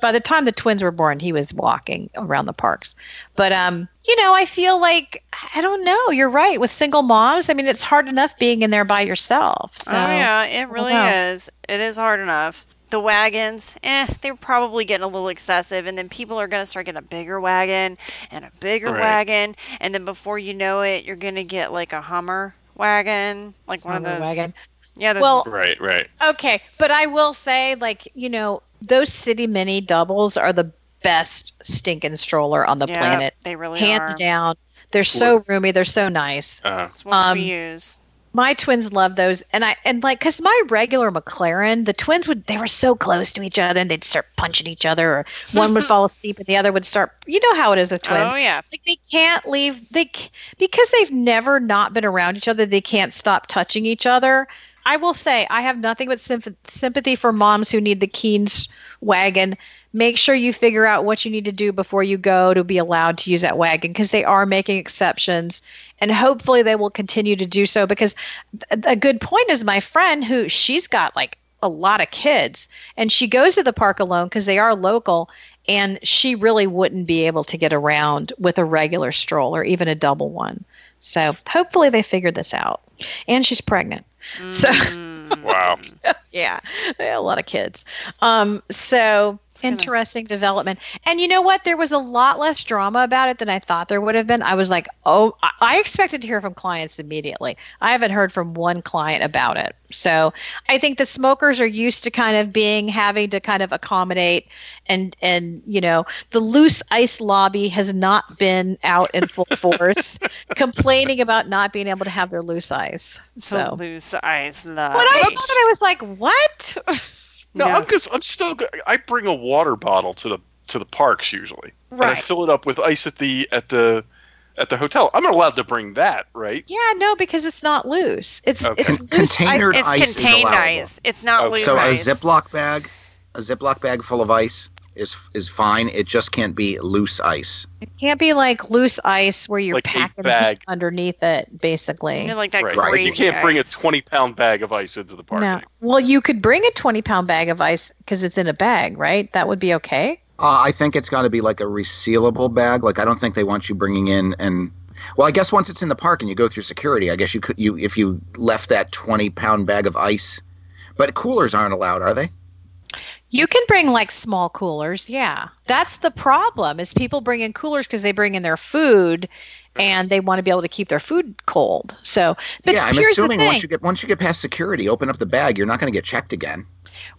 Speaker 2: by the time the twins were born, he was walking around the parks. But, um, you know, I feel like, I don't know, you're right. With single moms, I mean, it's hard enough being in there by yourself. So,
Speaker 5: Oh yeah, it really
Speaker 2: know.
Speaker 5: is. It is hard enough. The wagons, eh, they're probably getting a little excessive, and then people are going to start getting a bigger wagon and a bigger
Speaker 1: Right.
Speaker 5: wagon, and then before you know it, you're going to get like a Hummer wagon, like one
Speaker 2: on
Speaker 5: of
Speaker 2: the
Speaker 5: those.
Speaker 2: wagon.
Speaker 5: Yeah, those
Speaker 2: Well,
Speaker 1: right, right.
Speaker 2: Okay, but I will say, like you know, those city mini doubles are the best stinking stroller on the
Speaker 5: yeah,
Speaker 2: planet,
Speaker 5: They really
Speaker 2: hands
Speaker 5: are.
Speaker 2: down. They're so roomy, they're so nice.
Speaker 1: Uh,
Speaker 5: That's what
Speaker 2: Um,
Speaker 5: we use.
Speaker 2: My twins love those, and I and like because my regular McLaren, the twins would they were so close to each other, and they'd start punching each other, or one
Speaker 5: <laughs>
Speaker 2: would fall asleep and the other would start. You know how it is with twins.
Speaker 5: Oh yeah.
Speaker 2: Like they can't leave. They c- because they've never not been around each other. They can't stop touching each other. I will say I have nothing but symph- sympathy for moms who need the Keens wagon. Make sure you figure out what you need to do before you go to be allowed to use that wagon because they are making exceptions, and hopefully they will continue to do so. Because th- a good point is my friend who she's got like a lot of kids, and she goes to the park alone because they are local, and she really wouldn't be able to get around with a regular stroller, even a double one. So hopefully they figured this out. And she's pregnant. So-
Speaker 5: Mm.
Speaker 1: <laughs> Wow.
Speaker 2: Yeah, <laughs> they had a lot of kids. Um, so
Speaker 5: It's gonna-
Speaker 2: interesting development. And you know what? There was a lot less drama about it than I thought there would have been. I was like, oh, I- I expected to hear from clients immediately. I haven't heard from one client about it. So I think the smokers are used to kind of being having to kind of accommodate and and you know the loose ice lobby has not been out in full force, complaining about not being able to have their loose ice.
Speaker 5: The
Speaker 2: So.
Speaker 5: loose eyes love.
Speaker 2: When I saw
Speaker 5: it.
Speaker 2: that, I was like, "What?"
Speaker 1: No,
Speaker 5: Yeah.
Speaker 1: I'm just I'm still go- I bring a water bottle to the to the parks usually, and I
Speaker 2: Right.
Speaker 1: fill it up with ice at the at the at the hotel. I'm not allowed to bring that, right?
Speaker 2: Yeah, no, because it's not loose. It's
Speaker 1: Okay.
Speaker 2: it's
Speaker 3: Con-
Speaker 2: loose
Speaker 3: container-
Speaker 2: ice.
Speaker 5: It's
Speaker 3: Ice is
Speaker 5: contained
Speaker 3: allowable.
Speaker 5: ice. It's not
Speaker 1: Okay.
Speaker 5: loose
Speaker 3: so
Speaker 5: ice.
Speaker 3: a Ziploc bag, a Ziploc bag full of ice is is fine. It just can't be loose ice.
Speaker 2: It can't be like loose ice where you're
Speaker 1: Like a
Speaker 2: packing
Speaker 1: bag.
Speaker 2: heat underneath it, basically.
Speaker 5: You know, like that
Speaker 1: right. Like
Speaker 5: crazy
Speaker 1: you can't bring a
Speaker 5: ice.
Speaker 1: 20 pound bag of ice into the park.
Speaker 2: No. Well, you could bring a 20 pound bag of ice because it's in a bag, right? That would be okay.
Speaker 3: Uh, I think it's got to be like a resealable bag. Like I don't think they want you bringing in and well, I guess once it's in the park and you go through security, I guess you could you if you left that twenty pound bag of ice. But coolers aren't allowed, are they?
Speaker 2: You can bring like small coolers. Yeah. That's the problem is people bring in coolers because they bring in their food and they want to be able to keep their food cold. So, but
Speaker 3: yeah, I'm
Speaker 2: here's
Speaker 3: assuming
Speaker 2: the thing.
Speaker 3: once you get once you get past security, open up the bag, you're not going to get checked again.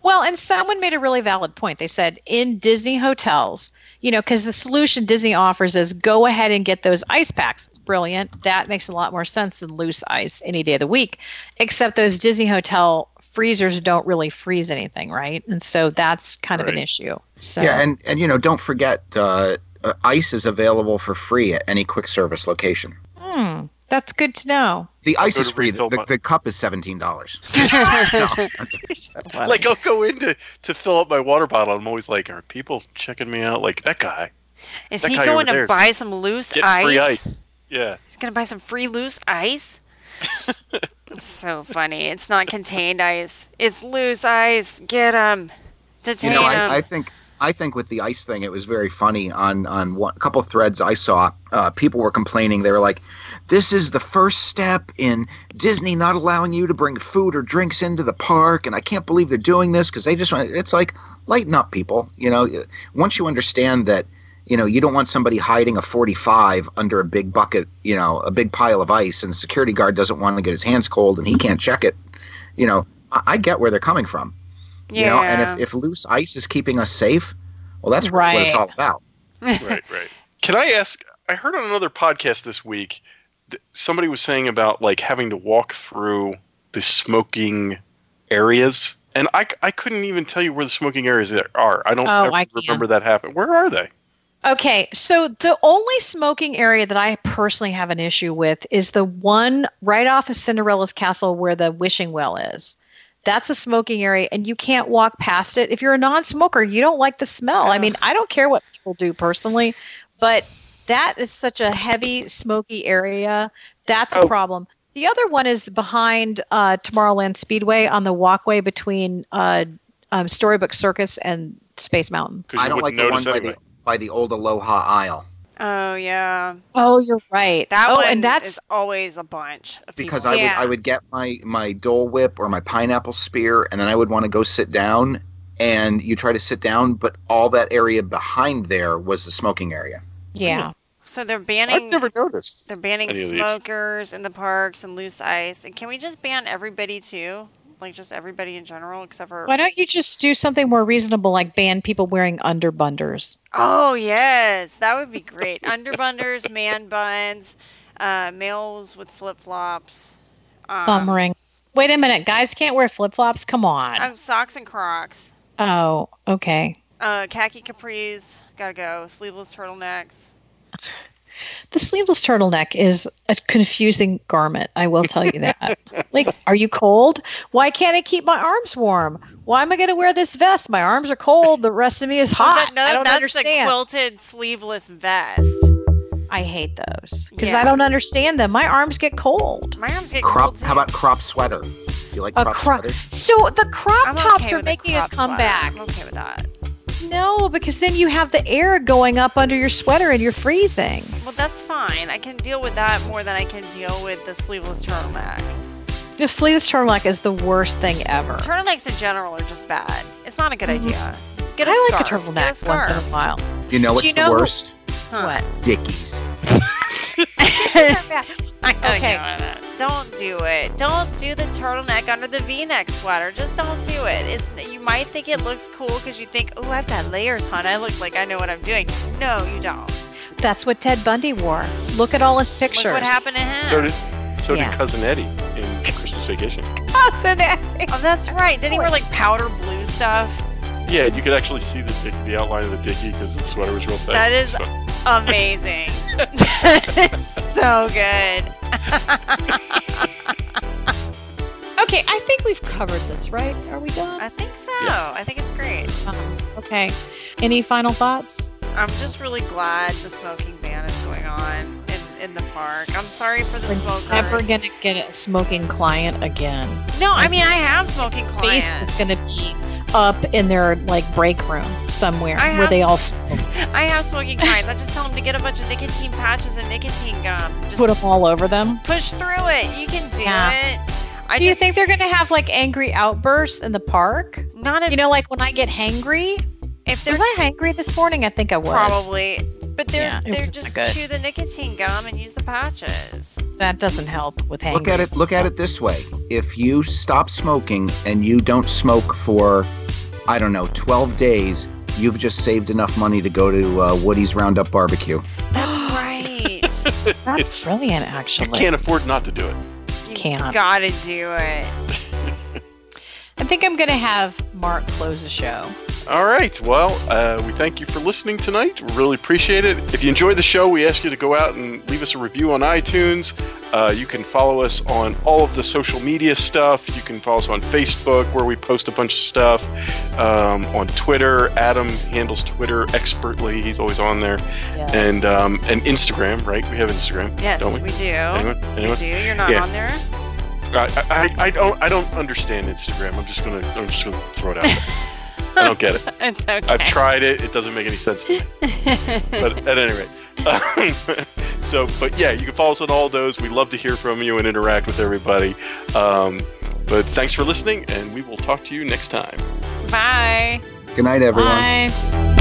Speaker 2: Well, and someone made a really valid point. They said in Disney hotels, you know, because the solution Disney offers is go ahead and get those ice packs. Brilliant. That makes a lot more sense than loose ice any day of the week, except those Disney hotel freezers don't really freeze anything, right? And so that's kind of an
Speaker 1: Right.
Speaker 2: issue. So,
Speaker 3: Yeah, and and you know, don't forget uh, uh, ice is available for free at any quick service location.
Speaker 2: Hmm, that's good
Speaker 3: <laughs>
Speaker 2: to know.
Speaker 3: The ice
Speaker 1: Go
Speaker 3: is
Speaker 1: to
Speaker 3: free.
Speaker 1: refill
Speaker 3: The, the,
Speaker 1: my-
Speaker 3: the cup is seventeen dollars.
Speaker 1: Like I'll go in to, to fill up my water bottle. I'm always like, are people checking me out? Like that guy,
Speaker 5: Is
Speaker 1: that
Speaker 5: he
Speaker 1: guy over
Speaker 5: going to
Speaker 1: there.
Speaker 5: buy some loose
Speaker 1: get
Speaker 5: ice?
Speaker 1: free ice. Yeah,
Speaker 5: He's going to buy some free loose
Speaker 1: <laughs>
Speaker 5: ice? it's so funny. It's not contained ice. It's loose ice. Get him.
Speaker 3: you
Speaker 5: Detain
Speaker 3: know,
Speaker 5: him.
Speaker 3: I, I think I think with the ice thing, it was very funny. On on one, a couple threads I saw, uh, people were complaining. They were like, "This is the first step in Disney not allowing you to bring food or drinks into the park," and I can't believe they're doing this because they just want. It's like lighten up, people. You know, once you understand that. You know, you don't want somebody hiding a 45 under a big bucket, you know, a big pile of ice, and the security guard doesn't want to get his hands cold and he can't check it. You know, I, I get where they're coming from.
Speaker 5: yeah.
Speaker 3: You know, and if, if loose ice is keeping us safe, well, that's what
Speaker 2: Right.
Speaker 3: it's all about.
Speaker 1: right, right. <laughs> Can I ask? I heard on another podcast this week, th- somebody was saying about like having to walk through the smoking areas, and I, c- I couldn't even tell you where the smoking areas there are. I don't
Speaker 2: Oh,
Speaker 1: ever
Speaker 2: I can.
Speaker 1: remember that happened. Where are they?
Speaker 2: Okay, so the only smoking area that I personally have an issue with is the one right off of Cinderella's castle where the wishing well is. That's a smoking area and you can't walk past it. If you're a non-smoker, you don't like the smell. I mean, I don't care what people do personally, but that is such a heavy smoky area. That's
Speaker 1: Oh.
Speaker 2: a problem. The other one is behind uh, Tomorrowland Speedway on the walkway between uh, um, Storybook Circus and Space Mountain.
Speaker 1: Because
Speaker 3: I don't like the one by the by the old Aloha aisle
Speaker 5: oh, yeah.
Speaker 2: Oh, you're right.
Speaker 5: That
Speaker 2: oh,
Speaker 5: one
Speaker 2: and that's
Speaker 5: is always a bunch. Of
Speaker 3: because
Speaker 5: people.
Speaker 3: I
Speaker 2: Yeah.
Speaker 3: would I would get my my Dole Whip or my pineapple spear, and then I would want to go sit down. And you try to sit down, but all that area behind there was the smoking area.
Speaker 2: yeah.
Speaker 5: So they're
Speaker 1: I've
Speaker 5: banning
Speaker 1: never noticed.
Speaker 5: they're banning
Speaker 1: any of these.
Speaker 5: smokers in the parks and loose ice. And can we just ban everybody too? Like just everybody in general except for
Speaker 2: Why don't you just do something more reasonable, like ban people wearing underbunders?
Speaker 5: Oh yes, that would be great. Underbunders, man buns, uh, males with flip flops,
Speaker 2: Thumb
Speaker 5: Um,
Speaker 2: rings. Wait a minute, guys can't wear flip flops. Come on.
Speaker 5: oh, socks and Crocs.
Speaker 2: Oh, okay.
Speaker 5: Uh, khaki capris. Gotta go. Sleeveless turtlenecks.
Speaker 2: The sleeveless turtleneck is a confusing garment. I will tell
Speaker 5: <laughs>
Speaker 2: you that. like, are you cold? Why can't I keep my arms warm? Why am I going to wear this vest? My arms are cold. The rest of me is
Speaker 5: Well,
Speaker 2: hot.
Speaker 5: that- no,
Speaker 2: I don't
Speaker 5: that's
Speaker 2: understand.
Speaker 5: the quilted sleeveless vest.
Speaker 2: I hate those because
Speaker 5: Yeah.
Speaker 2: I don't understand them. My arms get cold.
Speaker 5: My arms get
Speaker 3: Crop.
Speaker 5: cold.
Speaker 3: How about crop sweater? Do you like
Speaker 2: A
Speaker 3: crop
Speaker 2: crop-
Speaker 3: sweater?
Speaker 2: So the crop
Speaker 5: I'm
Speaker 2: tops
Speaker 5: okay
Speaker 2: are
Speaker 5: with
Speaker 2: making
Speaker 5: crop
Speaker 2: a comeback.
Speaker 5: Sweater. I'm okay with that.
Speaker 2: No, because then you have the air going up under your sweater and you're freezing.
Speaker 5: Well, that's fine. I can deal with that more than I can deal with the sleeveless turtleneck.
Speaker 2: The sleeveless turtleneck is the worst thing ever.
Speaker 5: Turtlenecks in general are just bad. It's not a good
Speaker 2: Mhm.
Speaker 5: idea. Get a
Speaker 2: I like a
Speaker 5: scarf. Get a
Speaker 2: turtleneck once in
Speaker 5: scarf.
Speaker 2: a
Speaker 5: <laughs>
Speaker 2: while.
Speaker 3: You know what's
Speaker 2: you
Speaker 3: the
Speaker 2: know-
Speaker 3: worst?
Speaker 5: Huh.
Speaker 3: Dickies.
Speaker 5: I know,
Speaker 2: Okay.
Speaker 5: I know, I know. Don't do it. Don't do the turtleneck under the V-neck sweater. Just don't do it. It's you might think it looks cool because you think, oh, I've got layers on. I look like I know what I'm doing. No, you don't.
Speaker 2: That's what Ted Bundy wore. Look at all his pictures.
Speaker 5: Look what happened to him.
Speaker 1: So did so
Speaker 2: Yeah.
Speaker 1: did cousin Eddie in Christmas Vacation.
Speaker 2: happened?
Speaker 5: Oh, that's right. Didn't he wear like powder blue stuff?
Speaker 1: Yeah, you could actually see the dick, the outline of the dickie because the sweater was real thick.
Speaker 5: That is-
Speaker 1: So-
Speaker 5: <laughs> Amazing. so good.
Speaker 2: okay, I think we've covered this, right? Are we done?
Speaker 5: I think so.
Speaker 1: Yeah.
Speaker 5: I think it's great.
Speaker 2: Um, okay. Any final thoughts?
Speaker 5: I'm just really glad the smoking ban is going on in, in the park. I'm sorry for the
Speaker 2: We're
Speaker 5: smokers.
Speaker 2: Ever gonna get a smoking client again?
Speaker 5: no, I mean I have smoking clients.
Speaker 2: Face is gonna be up in their like break room somewhere
Speaker 5: I
Speaker 2: where
Speaker 5: have
Speaker 2: they all smoke.
Speaker 5: I have smoking clients. I just tell them to get a bunch of nicotine patches and nicotine gum. Just
Speaker 2: put them all over them.
Speaker 5: push through it. You can do
Speaker 2: Yeah.
Speaker 5: it. I
Speaker 2: Do
Speaker 5: just
Speaker 2: you think they're gonna have like angry outbursts in the park?
Speaker 5: not if,
Speaker 2: You know, like when I get hangry.
Speaker 5: if they're
Speaker 2: Was I hangry this morning? I think I was.
Speaker 5: probably but they're
Speaker 2: Yeah, it
Speaker 5: they're
Speaker 2: wasn't
Speaker 5: just
Speaker 2: good.
Speaker 5: chew the nicotine gum and use the patches.
Speaker 2: That doesn't help with hangry.
Speaker 3: Look at it. Look at it this way: if you stop smoking and you don't smoke for, I don't know, twelve days, you've just saved enough money to go to uh, Woody's Roundup Barbecue.
Speaker 2: <gasps>
Speaker 5: That's right.
Speaker 2: That's
Speaker 1: It's-
Speaker 2: brilliant,
Speaker 1: you
Speaker 2: actually.
Speaker 1: can't afford not to do it.
Speaker 5: You
Speaker 2: Can't.
Speaker 5: Gotta do it.
Speaker 2: I think I'm gonna have Mark close the show.
Speaker 1: All right. Well, uh, we thank you for listening tonight. We really appreciate it. If you enjoyed the show, we ask you to go out and leave us a review on iTunes. Uh, you can follow us on all of the social media stuff. You can follow us on Facebook, where we post a bunch of stuff. Um, on Twitter, Adam handles Twitter expertly. He's always on there.
Speaker 2: Yes.
Speaker 1: And um, and Instagram, right? We have Instagram.
Speaker 5: Yes,
Speaker 1: Don't
Speaker 5: we,
Speaker 1: we?
Speaker 5: do.
Speaker 1: Anyone?
Speaker 5: We
Speaker 1: Anyone?
Speaker 5: do. You're not
Speaker 1: Yeah.
Speaker 5: on
Speaker 2: <laughs>
Speaker 5: there.
Speaker 1: I, I, I don't I don't understand Instagram. I'm just gonna I'm just gonna throw it out. There. I don't get it.
Speaker 5: It's okay.
Speaker 1: I've tried it. It doesn't make any sense to me. But at any rate, um, <laughs> so but yeah, you can follow us on all those. We love to hear from you and interact with everybody. Um, but thanks for listening, and we will talk to you next time.
Speaker 5: Bye.
Speaker 3: Good night, everyone.
Speaker 2: Bye.